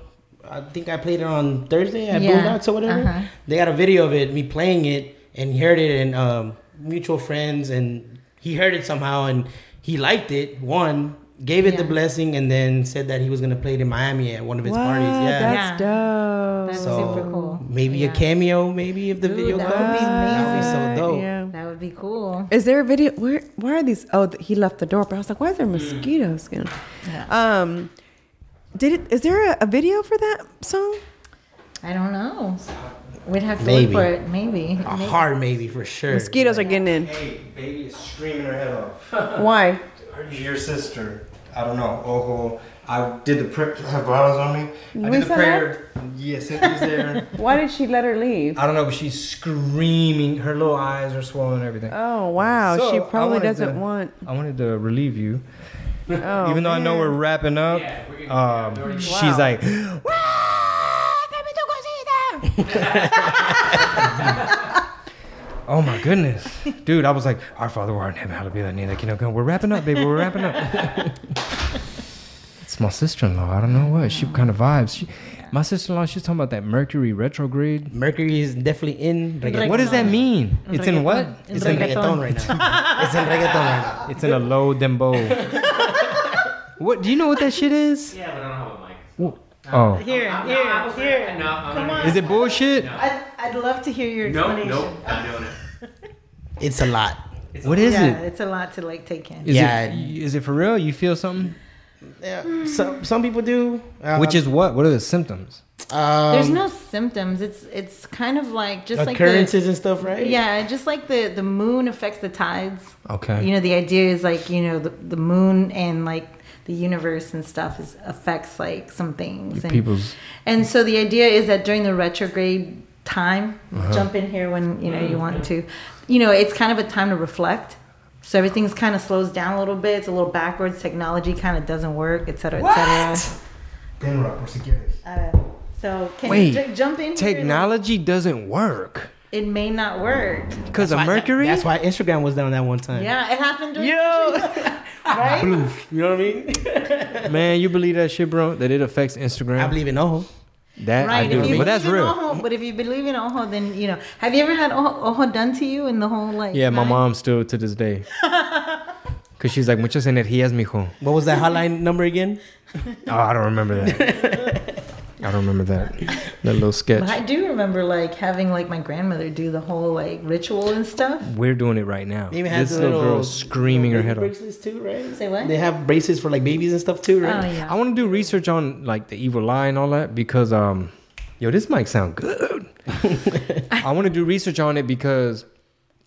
Speaker 5: I think I played it on Thursday at
Speaker 4: Yeah,
Speaker 5: Boondocks or whatever.
Speaker 4: uh-huh.
Speaker 5: They got a video of it, me playing it, and he heard it, and um, mutual friends, and he heard it somehow, and he liked it. One gave it the
Speaker 4: Yeah.
Speaker 5: blessing, and then said that he was gonna play it in Miami at one of his parties. Yeah,
Speaker 3: That's
Speaker 4: Yeah.
Speaker 3: dope.
Speaker 4: That's
Speaker 5: so
Speaker 4: super cool.
Speaker 5: maybe
Speaker 4: Yeah.
Speaker 5: a cameo, maybe if the
Speaker 4: Ooh,
Speaker 5: video
Speaker 4: that
Speaker 5: comes.
Speaker 4: would be
Speaker 5: That'd be
Speaker 3: Uh,
Speaker 5: so dope.
Speaker 3: yeah.
Speaker 4: That would be cool.
Speaker 3: Is there a video? Where where are these? Oh, th- he left the door. But I was like, why is there mosquito skin? Um, did it? Is there a, a video for that song?
Speaker 4: I don't know. We'd have to
Speaker 5: Maybe.
Speaker 4: look for it. Maybe.
Speaker 5: A
Speaker 4: Maybe.
Speaker 5: hard maybe for sure.
Speaker 3: Mosquitoes are getting in.
Speaker 2: Hey, baby is screaming her head off.
Speaker 3: Why?
Speaker 2: Her, your sister, I don't know, Ojo. I did the prayer. Have bottles on me. I
Speaker 3: We
Speaker 2: did the
Speaker 3: saw
Speaker 2: prayer. Yes, it was there.
Speaker 3: Why did she let her leave?
Speaker 2: I don't know, but she's screaming. Her little eyes are swollen and everything.
Speaker 3: Oh wow,
Speaker 2: So,
Speaker 3: she
Speaker 2: I
Speaker 3: probably
Speaker 2: wanted
Speaker 3: doesn't
Speaker 2: to-
Speaker 3: want.
Speaker 2: I wanted to relieve you.
Speaker 3: Oh,
Speaker 2: Even though I know we're wrapping up, um, she's like, oh my goodness. Dude, I was like, our Father who art in heaven, hallowed be thy name, thy kingdom come. We're wrapping up, baby. We're wrapping up. it's my sister in law. I don't know what. She kind of vibes. She, my sister in law, she's talking about that Mercury retrograde.
Speaker 5: Mercury is definitely in reggaeton,
Speaker 2: What does that mean? It's in what?
Speaker 5: it's in reggaeton right now. it's in reggaeton right now.
Speaker 2: It's in a low dembo. what do you know what that shit is?
Speaker 6: Yeah, but I don't have a mic.
Speaker 2: Oh.
Speaker 4: Here, here, here.
Speaker 6: No, I'm Come
Speaker 2: Is it bullshit?
Speaker 4: I'd, I'd love to hear your
Speaker 6: Nope,
Speaker 4: explanation.
Speaker 6: nope, not doing it.
Speaker 5: It's a lot.
Speaker 2: What is
Speaker 4: Yeah,
Speaker 2: it?
Speaker 4: it's a lot to like take in.
Speaker 2: Is
Speaker 5: Yeah.
Speaker 2: it is it for real? You feel something?
Speaker 5: Yeah. Some some people do. Uh,
Speaker 2: Which is what? What are the symptoms?
Speaker 5: um,
Speaker 4: There's no symptoms. It's it's kind of like just like
Speaker 5: occurrences
Speaker 4: the,
Speaker 5: and stuff, right?
Speaker 4: yeah, just like the the moon affects the tides.
Speaker 2: Okay.
Speaker 4: You know, the idea is like you know the the moon and like the universe and stuff is affects like some things and
Speaker 2: people's-
Speaker 4: and so the idea is that during the retrograde time,
Speaker 2: Uh-huh.
Speaker 4: jump in here when you know you want to. You know, it's kind of a time to reflect. So everything's kind of slows down a little bit. It's a little backwards. Technology kind of doesn't work, et cetera, et cetera. Uh, so can
Speaker 2: Wait,
Speaker 4: you j- jump in? here?
Speaker 2: Technology doesn't work
Speaker 4: It may not work.
Speaker 2: because of Mercury.
Speaker 5: That's why Instagram was down that one time.
Speaker 4: Yeah, it happened. During
Speaker 5: Yo,
Speaker 4: right?
Speaker 5: Bloof. You know what I mean?
Speaker 2: Man, you believe that shit, bro? That it affects Instagram?
Speaker 5: I believe in Ojo.
Speaker 2: that
Speaker 4: Right.
Speaker 2: I do.
Speaker 4: if you
Speaker 2: But that's
Speaker 4: believe in
Speaker 2: real.
Speaker 4: Ojo, but if you believe in Ojo, then you know. Have you ever had Ojo, Ojo done to you in the whole like?
Speaker 2: Yeah, my
Speaker 4: nine-
Speaker 2: mom still to this day. Cause she's like, muchas energías, mijo.
Speaker 5: What was that hotline number again?
Speaker 2: Oh, I don't remember that. I don't remember that. That little
Speaker 4: But I
Speaker 2: sketch.
Speaker 4: do remember like having like my grandmother do the whole like ritual and stuff.
Speaker 2: We're doing it right now.
Speaker 5: They even have
Speaker 2: this little, girl is screaming her
Speaker 5: little
Speaker 2: head
Speaker 5: baby
Speaker 2: off.
Speaker 5: Bracelets too, right?
Speaker 4: Say what?
Speaker 5: They have braces for like babies and stuff too,
Speaker 4: Oh
Speaker 5: right?
Speaker 4: yeah.
Speaker 2: I want to do research on like the evil eye and all that because um, yo, this might sound good. I want to do research on it because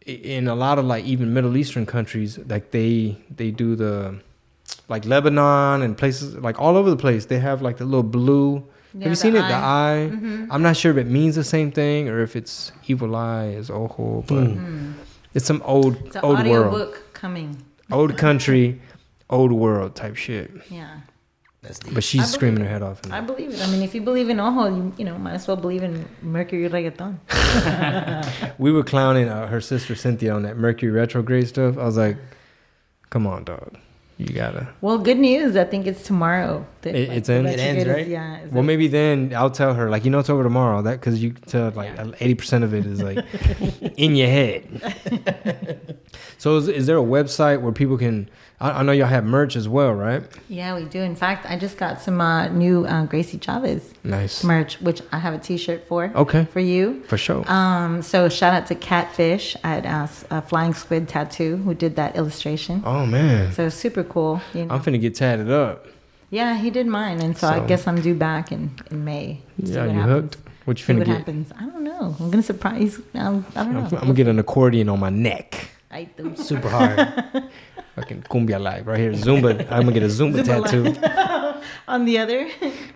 Speaker 2: i- in a lot of like even Middle Eastern countries, like they they do the like Lebanon and places like all over the place. They have like the little blue.
Speaker 4: Yeah,
Speaker 2: have you
Speaker 4: the
Speaker 2: seen it? The
Speaker 4: eye. Mm-hmm.
Speaker 2: eye. I'm not sure if it means the same thing or if it's evil eye is oho, but
Speaker 5: Hmm.
Speaker 2: it's some old
Speaker 4: Hmm. it's an
Speaker 2: old world,
Speaker 4: audiobook coming.
Speaker 2: old country, old world type shit.
Speaker 4: Yeah.
Speaker 5: That's deep.
Speaker 2: But
Speaker 4: I
Speaker 2: she's
Speaker 4: believe
Speaker 2: screaming
Speaker 4: it.
Speaker 2: her head off. in
Speaker 4: I
Speaker 2: it.
Speaker 4: believe it. I mean, if you believe in Ojo, you, you know, might as well believe in Mercury Reggaeton.
Speaker 2: We were clowning uh, her sister Cynthia on that Mercury retrograde stuff. I was like, "Come on, dog, you gotta."
Speaker 4: Well, good news. I think it's tomorrow. that,
Speaker 2: It-
Speaker 4: like,
Speaker 2: it's in?
Speaker 4: the
Speaker 2: It
Speaker 4: retrograde
Speaker 5: ends,
Speaker 4: is-
Speaker 5: right?
Speaker 4: Yeah. is
Speaker 2: Well,
Speaker 4: it-
Speaker 2: maybe then I'll tell her like, you know, it's over tomorrow. That because you can tell like eighty percent of it is like in your head. so, is, is there a website where people can? I, I know y'all have merch as well, right?
Speaker 4: Yeah, we do. In fact, I just got some uh, new uh, Gracie Chavez
Speaker 2: Nice.
Speaker 4: merch, which I have a T-shirt for.
Speaker 2: Okay.
Speaker 4: For you.
Speaker 2: For sure.
Speaker 4: Um, so shout out to Catfish at uh, S- uh, Flying Squid Tattoo who did that illustration.
Speaker 2: oh man,
Speaker 4: So super cool. You know?
Speaker 2: I'm finna get tatted up.
Speaker 4: yeah, he did mine, and so, I
Speaker 2: So-
Speaker 4: guess I'm due back in, in May. See
Speaker 2: yeah,
Speaker 4: what
Speaker 2: you
Speaker 4: happens.
Speaker 2: hooked? What you
Speaker 4: See
Speaker 2: finna
Speaker 4: what
Speaker 2: get?
Speaker 4: happens? I don't know. I'm gonna surprise. Um, I
Speaker 2: I'm,
Speaker 4: don't know.
Speaker 2: I'm gonna get an accordion on my neck.
Speaker 4: I do.
Speaker 5: Super hard.
Speaker 2: Fucking cumbia live right here. Zumba. I'm gonna get a Zumba,
Speaker 4: Zumba
Speaker 2: tattoo.
Speaker 4: live. on the other, on the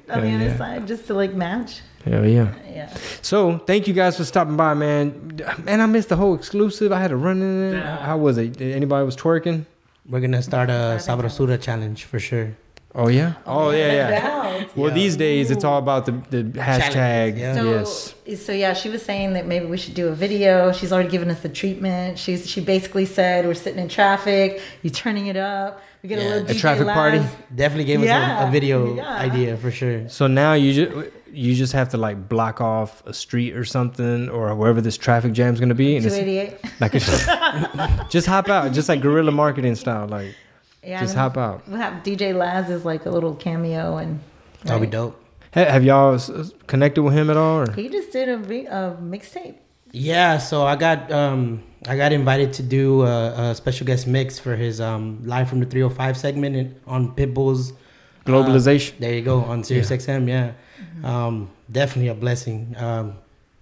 Speaker 2: Yeah,
Speaker 4: other
Speaker 2: yeah.
Speaker 4: side, just to like match.
Speaker 2: Hell yeah.
Speaker 4: Yeah.
Speaker 2: So thank you guys for stopping by, man. Man, I missed the whole exclusive. I had to run in. it. How was it? Did Anybody was twerking?
Speaker 5: We're gonna start a Sabrosura challenge for sure.
Speaker 2: Oh yeah. Oh yeah, yeah.
Speaker 4: Wow.
Speaker 2: Well,
Speaker 5: Yeah.
Speaker 2: these days it's all about the the hashtag.
Speaker 5: Challenges, yeah.
Speaker 4: So,
Speaker 2: Yes.
Speaker 4: so yeah, she was saying that maybe we should do a video. She's already given us the treatment. She's she basically said we're sitting in traffic, you turning it up, we get a
Speaker 5: Yeah.
Speaker 4: little
Speaker 5: A
Speaker 4: DJ
Speaker 2: traffic
Speaker 4: Laz.
Speaker 2: party?
Speaker 5: Definitely gave us
Speaker 4: Yeah.
Speaker 5: a, a video
Speaker 4: Yeah.
Speaker 5: idea for sure.
Speaker 2: So now you just you just have to like block off a street or something or wherever this traffic jam's gonna be, and
Speaker 4: Two
Speaker 2: it's
Speaker 4: eighty eight.
Speaker 2: like just hop out, just like guerrilla marketing style, like
Speaker 4: Yeah,
Speaker 2: just
Speaker 4: and
Speaker 2: hop out.
Speaker 4: We'll have DJ Laz as like a little cameo, and
Speaker 5: That'll be dope.
Speaker 2: Ha- Have y'all s- s- connected with him at all? Or?
Speaker 4: he just did a, re- a mixtape.
Speaker 5: Yeah, so I got um I got invited to do a, a special guest mix for his um live from the 305 segment in, on Pitbull's uh,
Speaker 2: Globalization.
Speaker 5: there you go on SiriusXM. Yeah, um, definitely a blessing. Um,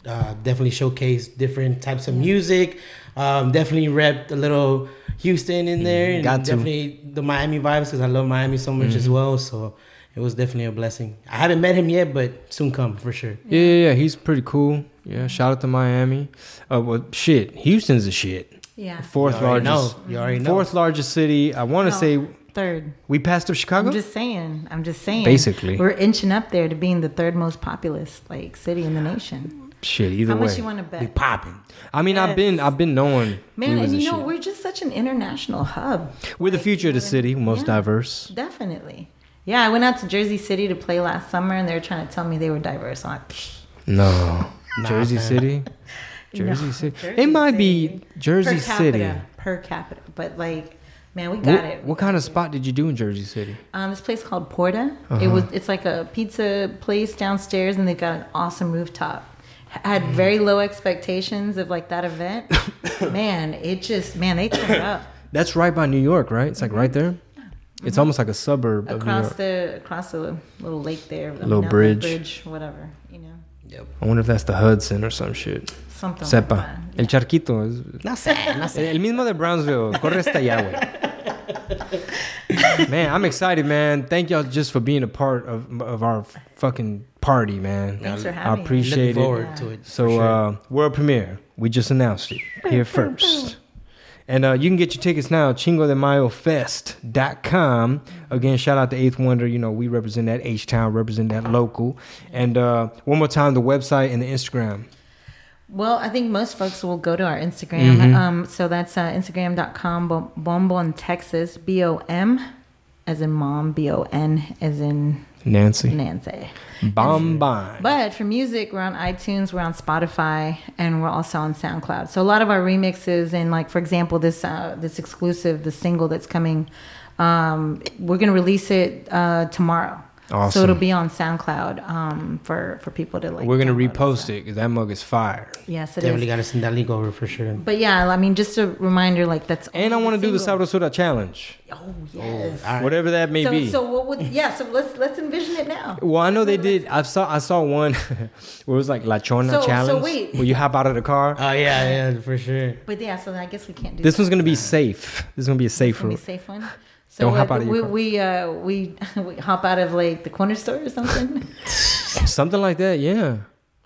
Speaker 5: uh, definitely showcase different types of music. Um, definitely repped a little Houston in there, and
Speaker 2: Mm, got to. Mm-hmm.
Speaker 5: definitely the Miami vibes because I love Miami so much as well. So it was definitely a blessing. I haven't met him yet, but soon come for sure.
Speaker 2: Yeah, yeah, yeah. He's pretty cool. Yeah, shout out to Miami. Uh, well, shit, Houston's a shit.
Speaker 4: Yeah.
Speaker 2: Fourth
Speaker 5: You already
Speaker 2: largest.
Speaker 5: know. You already know.
Speaker 2: Fourth largest city. I want to
Speaker 4: No,
Speaker 2: say
Speaker 4: third.
Speaker 2: we passed up Chicago.
Speaker 4: I'm just saying. I'm just saying.
Speaker 2: Basically.
Speaker 4: we're inching up there to being the third most populous like city in the nation.
Speaker 2: shit, either
Speaker 4: How
Speaker 2: way.
Speaker 4: much you want to bet?
Speaker 5: We popping.
Speaker 2: I mean, I've been, I've been knowing.
Speaker 4: Man,
Speaker 2: we was
Speaker 4: and
Speaker 2: the
Speaker 4: you know,
Speaker 2: shit.
Speaker 4: we're just such an international hub.
Speaker 2: we're the future of the city, most
Speaker 4: Yeah.
Speaker 2: diverse.
Speaker 4: Definitely. Yeah, I went out to Jersey City to play last summer and they were trying to tell me they were diverse. So I,
Speaker 2: No, Jersey City. Jersey City. it might be Jersey
Speaker 4: per
Speaker 2: City.
Speaker 4: Capita, per capita. But like, man, we got
Speaker 2: What,
Speaker 4: it.
Speaker 2: what kind of spot did you do in Jersey City?
Speaker 4: Um, this place called Porta.
Speaker 2: Uh-huh.
Speaker 4: It was it's like a pizza place downstairs and they got an awesome rooftop. I
Speaker 2: Mm.
Speaker 4: had very low expectations of like that event. man, it just man, they turned up.
Speaker 2: That's right by New York, right? It's like right there. It's almost like a suburb of New York.
Speaker 4: Mm-hmm. across the across the little lake there, I mean,
Speaker 2: Little
Speaker 4: not
Speaker 2: bridge.
Speaker 4: bridge, whatever, you know,
Speaker 2: I wonder if that's the Hudson or some shit.
Speaker 4: something. like
Speaker 2: Sepa.
Speaker 4: that.
Speaker 2: El charquito. es-
Speaker 5: No sé, no sé.
Speaker 2: El mismo de Brownsville. Corre hasta allá, güey. Man, I'm excited, man. Thank y'all just for being a part of of our fucking party, man.
Speaker 4: Thanks for
Speaker 2: I
Speaker 4: having me.
Speaker 2: appreciate
Speaker 5: Looking
Speaker 2: it.
Speaker 5: forward to it.
Speaker 2: So,
Speaker 5: for sure.
Speaker 2: uh, world premiere. We just announced it here first. And uh, you can get your tickets now, Chingo de Mayo Fest.com. Again, shout out to Eighth Wonder. You know, we represent that H Town, represent that local. And uh, one more time, the website and the Instagram.
Speaker 4: Well, I think most folks will go to our Instagram.
Speaker 2: Mm-hmm.
Speaker 4: Um, so that's uh, Instagram.com, Bom- Bonbon Texas, B O M as in mom, B O N as in
Speaker 2: Nancy.
Speaker 4: Nancy.
Speaker 2: Bombine.
Speaker 4: But for music, we're on iTunes, we're on Spotify, and we're also on SoundCloud. So a lot of our remixes and like for example this uh, this exclusive, the single that's coming, um, we're gonna release it uh, tomorrow. So
Speaker 2: Awesome.
Speaker 4: it'll be on SoundCloud um, for for people to like.
Speaker 2: We're gonna
Speaker 4: download and
Speaker 2: repost
Speaker 4: stuff.
Speaker 2: it because that mug is fire.
Speaker 4: Yes, it is.
Speaker 5: Definitely gotta send that link over for sure.
Speaker 4: But yeah, I mean, just a reminder, like that's.
Speaker 2: And I
Speaker 4: only
Speaker 2: want to
Speaker 4: the
Speaker 2: do the Sabra
Speaker 4: single.
Speaker 2: Soda challenge,
Speaker 4: Oh yes.
Speaker 2: whatever that may
Speaker 4: so,
Speaker 2: be.
Speaker 4: so what would yeah? So let's let's envision it now.
Speaker 2: Well, I know they did. I saw I saw one where it was like La Chona
Speaker 4: So- so
Speaker 2: challenge,
Speaker 4: wait.
Speaker 2: where you hop out of the car.
Speaker 5: Oh yeah, yeah, for sure.
Speaker 4: But yeah, so I guess we can't do
Speaker 2: this
Speaker 4: that.
Speaker 2: one's gonna be safe. This is gonna be a safe
Speaker 4: Can be
Speaker 2: route.
Speaker 4: a safe one. So
Speaker 2: Don't
Speaker 4: uh,
Speaker 2: hop out of your
Speaker 4: we
Speaker 2: car.
Speaker 4: we, uh, we we hop out of like the corner store or something.
Speaker 2: Something like that, yeah.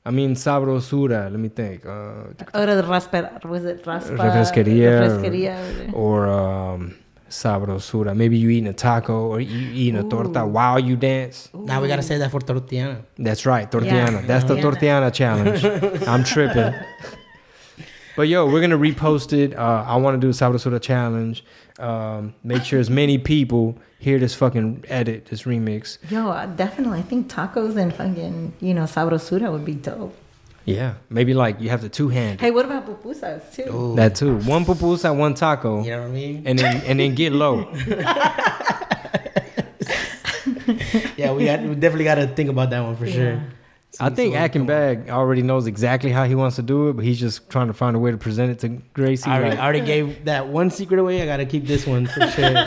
Speaker 2: I mean, sabrosura. Let me think. Uh,
Speaker 4: Hora de raspar was it raspa?
Speaker 2: Refresquería.
Speaker 4: Refresquería.
Speaker 2: or um, sabrosura. Maybe you eating a taco or you eating a torta while you dance.
Speaker 5: Now we gotta say that for Tortillana.
Speaker 2: That's right, tortiana.
Speaker 4: Yeah.
Speaker 2: That's the tortiana
Speaker 4: Tortillana.
Speaker 2: challenge. I'm tripping. But yo, we're gonna repost it. Uh, I want to do a sabrosura challenge. Um, make sure as many people hear this fucking edit, this remix.
Speaker 4: Yo, I definitely. I think tacos and fucking you know sabrosura would be dope.
Speaker 2: Yeah, maybe like you have the two hand.
Speaker 4: Hey, what about pupusas too?
Speaker 5: Oh,
Speaker 2: That too. One pupusa, one taco.
Speaker 5: You know what I mean?
Speaker 2: and then and then get low.
Speaker 5: Yeah, we, got, we definitely gotta think about that one for sure.
Speaker 2: I think Ackenbag already knows exactly how he wants to do it, but he's just trying to find a way to present it to Gracie.
Speaker 5: I already,
Speaker 2: like-
Speaker 5: I already gave that one secret away. I gotta keep this one for sure.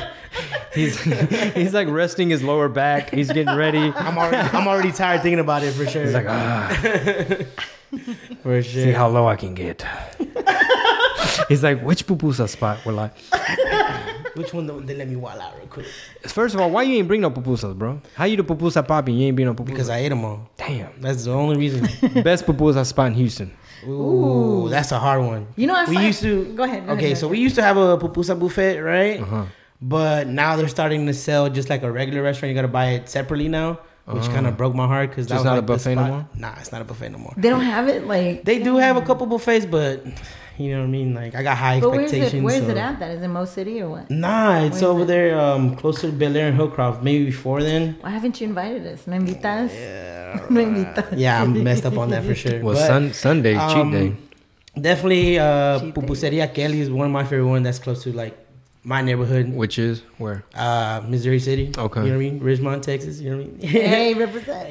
Speaker 2: he's he's like resting his lower back. He's getting ready.
Speaker 5: I'm already, I'm already tired thinking about it for sure.
Speaker 2: He's like, ah,
Speaker 5: for
Speaker 2: see
Speaker 5: sure.
Speaker 2: how low I can get. he's like, which pupusa spot will I?
Speaker 5: Which one don't they let me wall out real quick?
Speaker 2: First of all, why you ain't bring no pupusas, bro? How you the pupusa popping? You ain't bring no pupusa.
Speaker 5: Because I ate them all.
Speaker 2: Damn,
Speaker 5: That's the only reason.
Speaker 2: best pupusa spot in Houston.
Speaker 5: Ooh, that's a hard one.
Speaker 4: You know, I
Speaker 5: we
Speaker 4: find-
Speaker 5: used to.
Speaker 4: Go ahead, go
Speaker 5: okay,
Speaker 4: ahead, go
Speaker 5: so
Speaker 4: ahead.
Speaker 5: we used to have a pupusa buffet, right?
Speaker 2: Uh-huh.
Speaker 5: But now they're starting to sell just like a regular restaurant. You gotta buy it separately now, which kind of broke my heart because
Speaker 2: So it's
Speaker 5: that's
Speaker 2: Uh-huh. not
Speaker 5: like
Speaker 2: a
Speaker 5: the
Speaker 2: buffet no
Speaker 5: spot-
Speaker 2: more?
Speaker 5: Nah, it's not a buffet no more.
Speaker 4: They don't have it like.
Speaker 5: They do have a couple buffets, but you know what I mean. Like I got high
Speaker 4: But where's
Speaker 5: expectations.
Speaker 4: it? Where's
Speaker 5: so-
Speaker 4: it at? That is in Mo City or what?
Speaker 5: Nah, it's
Speaker 4: Where is
Speaker 5: over
Speaker 4: it?
Speaker 5: there, um, closer to Bel Air and Hillcroft. Maybe before then.
Speaker 4: Why haven't you invited us? No invitas. no invitas.
Speaker 5: Yeah, I'm messed up on that for sure.
Speaker 2: Well,
Speaker 5: But,
Speaker 2: sun, Sunday
Speaker 5: um,
Speaker 2: cheat day.
Speaker 5: Definitely, uh,
Speaker 4: Cheat day.
Speaker 5: Pupuseria Kelly is one of my favorite one. That's close to like my neighborhood.
Speaker 2: Which is where?
Speaker 5: uh, Missouri City.
Speaker 2: Okay.
Speaker 5: You know what I mean? Richmond, Texas. You know what I mean?
Speaker 4: Hey, represent.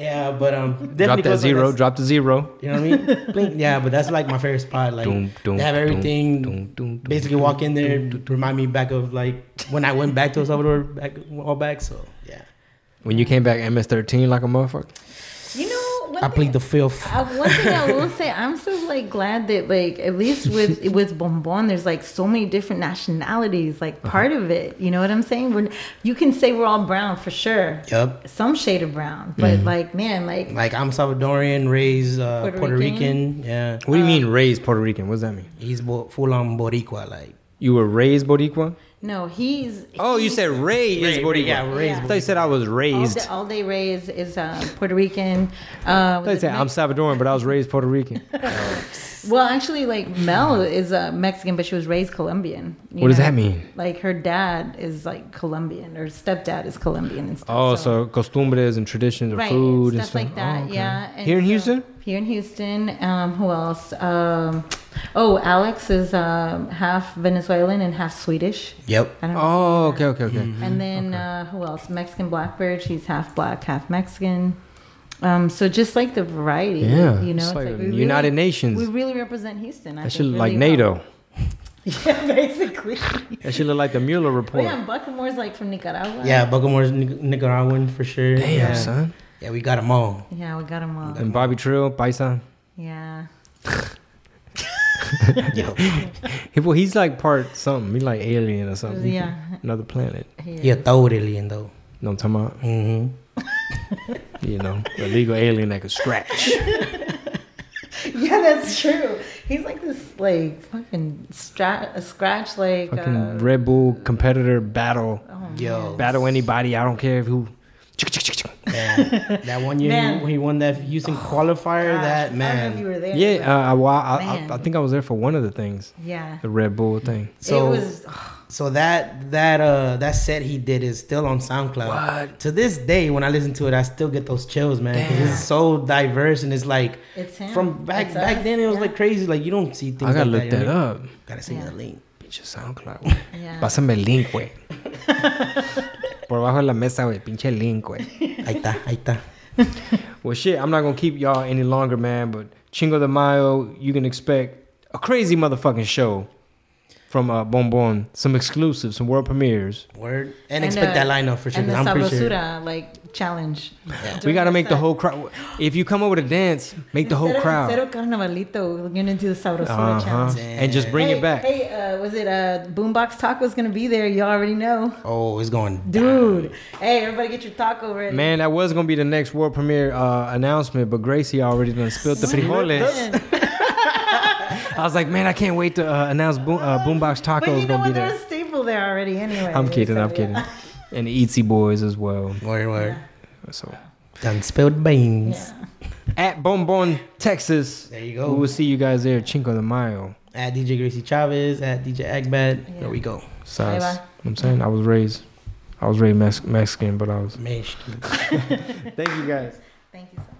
Speaker 5: yeah, but um,
Speaker 2: Drop
Speaker 5: definitely
Speaker 2: that
Speaker 5: goes like
Speaker 2: zero.
Speaker 5: that's-
Speaker 2: Drop the zero.
Speaker 5: You know what I mean? Blink. Yeah, but that's like my favorite spot. Like
Speaker 2: Dum, dum,
Speaker 5: they have
Speaker 2: dum,
Speaker 5: everything.
Speaker 2: dum, dum, dum,
Speaker 5: Basically, walk in there, remind me back of like when I went back to El Salvador, back all back. So yeah,
Speaker 2: When you came back MS13 like a motherfucker.
Speaker 4: You know, one
Speaker 5: I
Speaker 4: thing-
Speaker 5: plead the fifth.
Speaker 4: Uh, one thing I will say, I'm so like glad that like at least with with Bonbon, there's like so many different nationalities. Like
Speaker 2: Uh-huh.
Speaker 4: part of it, you know what I'm saying? When you can say we're all brown for sure,
Speaker 5: Yup.
Speaker 4: some shade of brown, but
Speaker 2: Mm-hmm.
Speaker 4: like man, like
Speaker 5: Like I'm Salvadorian, raised uh, Puerto,
Speaker 4: Puerto
Speaker 5: Rican. Yeah,
Speaker 2: What do you mean raised Puerto Rican? What does that mean?
Speaker 5: he's bo- full on Boricua. Like
Speaker 2: You were raised Boricua?
Speaker 4: no, he's
Speaker 2: Oh, you said Ray is
Speaker 5: Ray,
Speaker 2: Boricua.
Speaker 5: yeah, Ray is
Speaker 2: I thought you said I was
Speaker 4: all
Speaker 2: raised.
Speaker 4: day, all day Ray is, is uh, Puerto Rican. Uh,
Speaker 2: I thought you said I'm Salvadoran, but I was raised Puerto Rican.
Speaker 4: well, actually, like Mel is uh, Mexican, but she was raised Colombian. you
Speaker 2: What does
Speaker 4: know?
Speaker 2: that mean?
Speaker 4: Like her dad is like Colombian, or stepdad is Colombian and stuff.
Speaker 2: Oh, so costumbres and traditions of food and
Speaker 4: stuff,
Speaker 2: stuff
Speaker 4: like that.
Speaker 2: Oh, okay.
Speaker 4: Yeah. And
Speaker 2: Here in
Speaker 4: so-
Speaker 2: Houston?
Speaker 4: Here in Houston. Um, who else? Um, oh, Alex is um, half Venezuelan and half Swedish.
Speaker 5: yep.
Speaker 4: I don't know.
Speaker 2: Oh, okay, okay, okay.
Speaker 4: And then uh, who else? Mexican Blackbird. She's half black, half Mexican. Um, so just like the variety.
Speaker 2: Yeah,
Speaker 4: You know,
Speaker 2: it's like
Speaker 4: we really-
Speaker 2: United Nations.
Speaker 4: We really represent Houston.
Speaker 2: That
Speaker 4: I think,
Speaker 2: should look like
Speaker 4: really
Speaker 2: NATO.
Speaker 4: well. Yeah, basically. But
Speaker 2: That should look like the Mueller report.
Speaker 4: yeah, Buckamore's like from Nicaragua.
Speaker 5: Yeah, Buckamore's Nic- Nicaraguan for sure.
Speaker 2: Damn,
Speaker 5: yeah.
Speaker 2: son.
Speaker 5: Yeah, we got them all.
Speaker 4: Yeah, we got them all.
Speaker 5: Um,
Speaker 2: And Bobby Trill, Paisa.
Speaker 4: Yeah.
Speaker 5: Yup.
Speaker 2: He, well, he's like part something. He's like alien or something.
Speaker 4: Yeah.
Speaker 2: Another planet.
Speaker 5: um, Yeah, totally, and though.
Speaker 2: You know what I'm talking
Speaker 5: hmm
Speaker 2: about? You know, the legal alien that could scratch.
Speaker 4: Yeah, that's true. He's like this, like fucking stra- a scratch, like
Speaker 2: Fucking
Speaker 4: uh,
Speaker 2: Red Bull competitor battle.
Speaker 5: Yo.
Speaker 2: Battle anybody. I don't care if who.
Speaker 5: Man, that one year
Speaker 4: Man. Oh,
Speaker 5: He, he won that Houston qualifier.
Speaker 4: Gosh,
Speaker 5: that
Speaker 4: I don't know if
Speaker 5: man.
Speaker 4: you were there. but-
Speaker 2: Yeah, uh, I, well, I,
Speaker 4: Man.
Speaker 2: I, I think I was there for one of the things,
Speaker 4: yeah.
Speaker 2: the Red Bull thing.
Speaker 5: uh, So-
Speaker 4: it was.
Speaker 5: So that that uh that set he did is still on SoundCloud.
Speaker 2: What?
Speaker 5: To this day, when I listen to it, I still get those chills, man. 'cause it's so diverse and it's like
Speaker 4: It's him.
Speaker 5: from back
Speaker 4: It's
Speaker 5: back
Speaker 4: us,
Speaker 5: then it was
Speaker 4: yeah.
Speaker 5: like crazy. Like you don't see things.
Speaker 2: I gotta
Speaker 5: like
Speaker 2: look
Speaker 5: that,
Speaker 2: that
Speaker 5: you know?
Speaker 2: up.
Speaker 5: Gotta send you
Speaker 4: Yeah.
Speaker 5: the link.
Speaker 2: Pinche SoundCloud, güey.
Speaker 4: Yeah.
Speaker 2: Pásame el link, güey. Por bajo de la mesa, güey. Pinche link, güey.
Speaker 5: Ahí está, ahí está.
Speaker 2: Well, shit, I'm not gonna keep y'all any longer, man. But Chingo de Mayo, you can expect a crazy motherfucking show from uh, Bon Bon. Some exclusives, some world premieres.
Speaker 5: Word. And, expect that lineup for sure.
Speaker 4: And the
Speaker 5: I'm pretty sure.
Speaker 4: Sabrosura like challenge.
Speaker 2: we gotta make the whole crowd. If you come over to dance, make the whole
Speaker 4: Cero-
Speaker 2: crowd.
Speaker 4: Cero Carnavalito. We're gonna do the Sabrosura
Speaker 2: Uh-huh.
Speaker 4: challenge.
Speaker 2: And just bring
Speaker 4: hey,
Speaker 2: it back.
Speaker 4: Hey, uh, was it uh, Boombox Taco's gonna be there? You already know,
Speaker 5: Oh, it's going.
Speaker 4: dude. Hey, everybody, get your taco ready.
Speaker 2: Man, that was gonna be the next world premiere uh, announcement, but Gracie already done spilled the frijoles.
Speaker 4: Man.
Speaker 2: I was like, man, I can't wait to uh, announce Boom, uh, Boombox
Speaker 4: But
Speaker 2: Tacos
Speaker 4: you know
Speaker 2: gonna be
Speaker 4: what? They're
Speaker 2: there.
Speaker 4: a staple there already, anyway.
Speaker 2: I'm kidding,
Speaker 4: So,
Speaker 2: I'm
Speaker 4: yeah.
Speaker 2: kidding. And the Eatsy Boys as well.
Speaker 5: Word, word.
Speaker 2: So
Speaker 5: Done spilled beans.
Speaker 4: Yeah.
Speaker 2: at Bon Bon, Texas.
Speaker 5: There you go.
Speaker 2: We will see you guys there, Cinco de Mayo.
Speaker 5: At DJ Gracie Chavez, at DJ Agbad.
Speaker 4: Yeah.
Speaker 5: There we go.
Speaker 2: Size.
Speaker 4: Ahí va.
Speaker 2: I'm saying I was raised, I was raised Mex- Mexican, but I was.
Speaker 5: Mexican.
Speaker 2: Thank you guys.
Speaker 4: Thank you so much.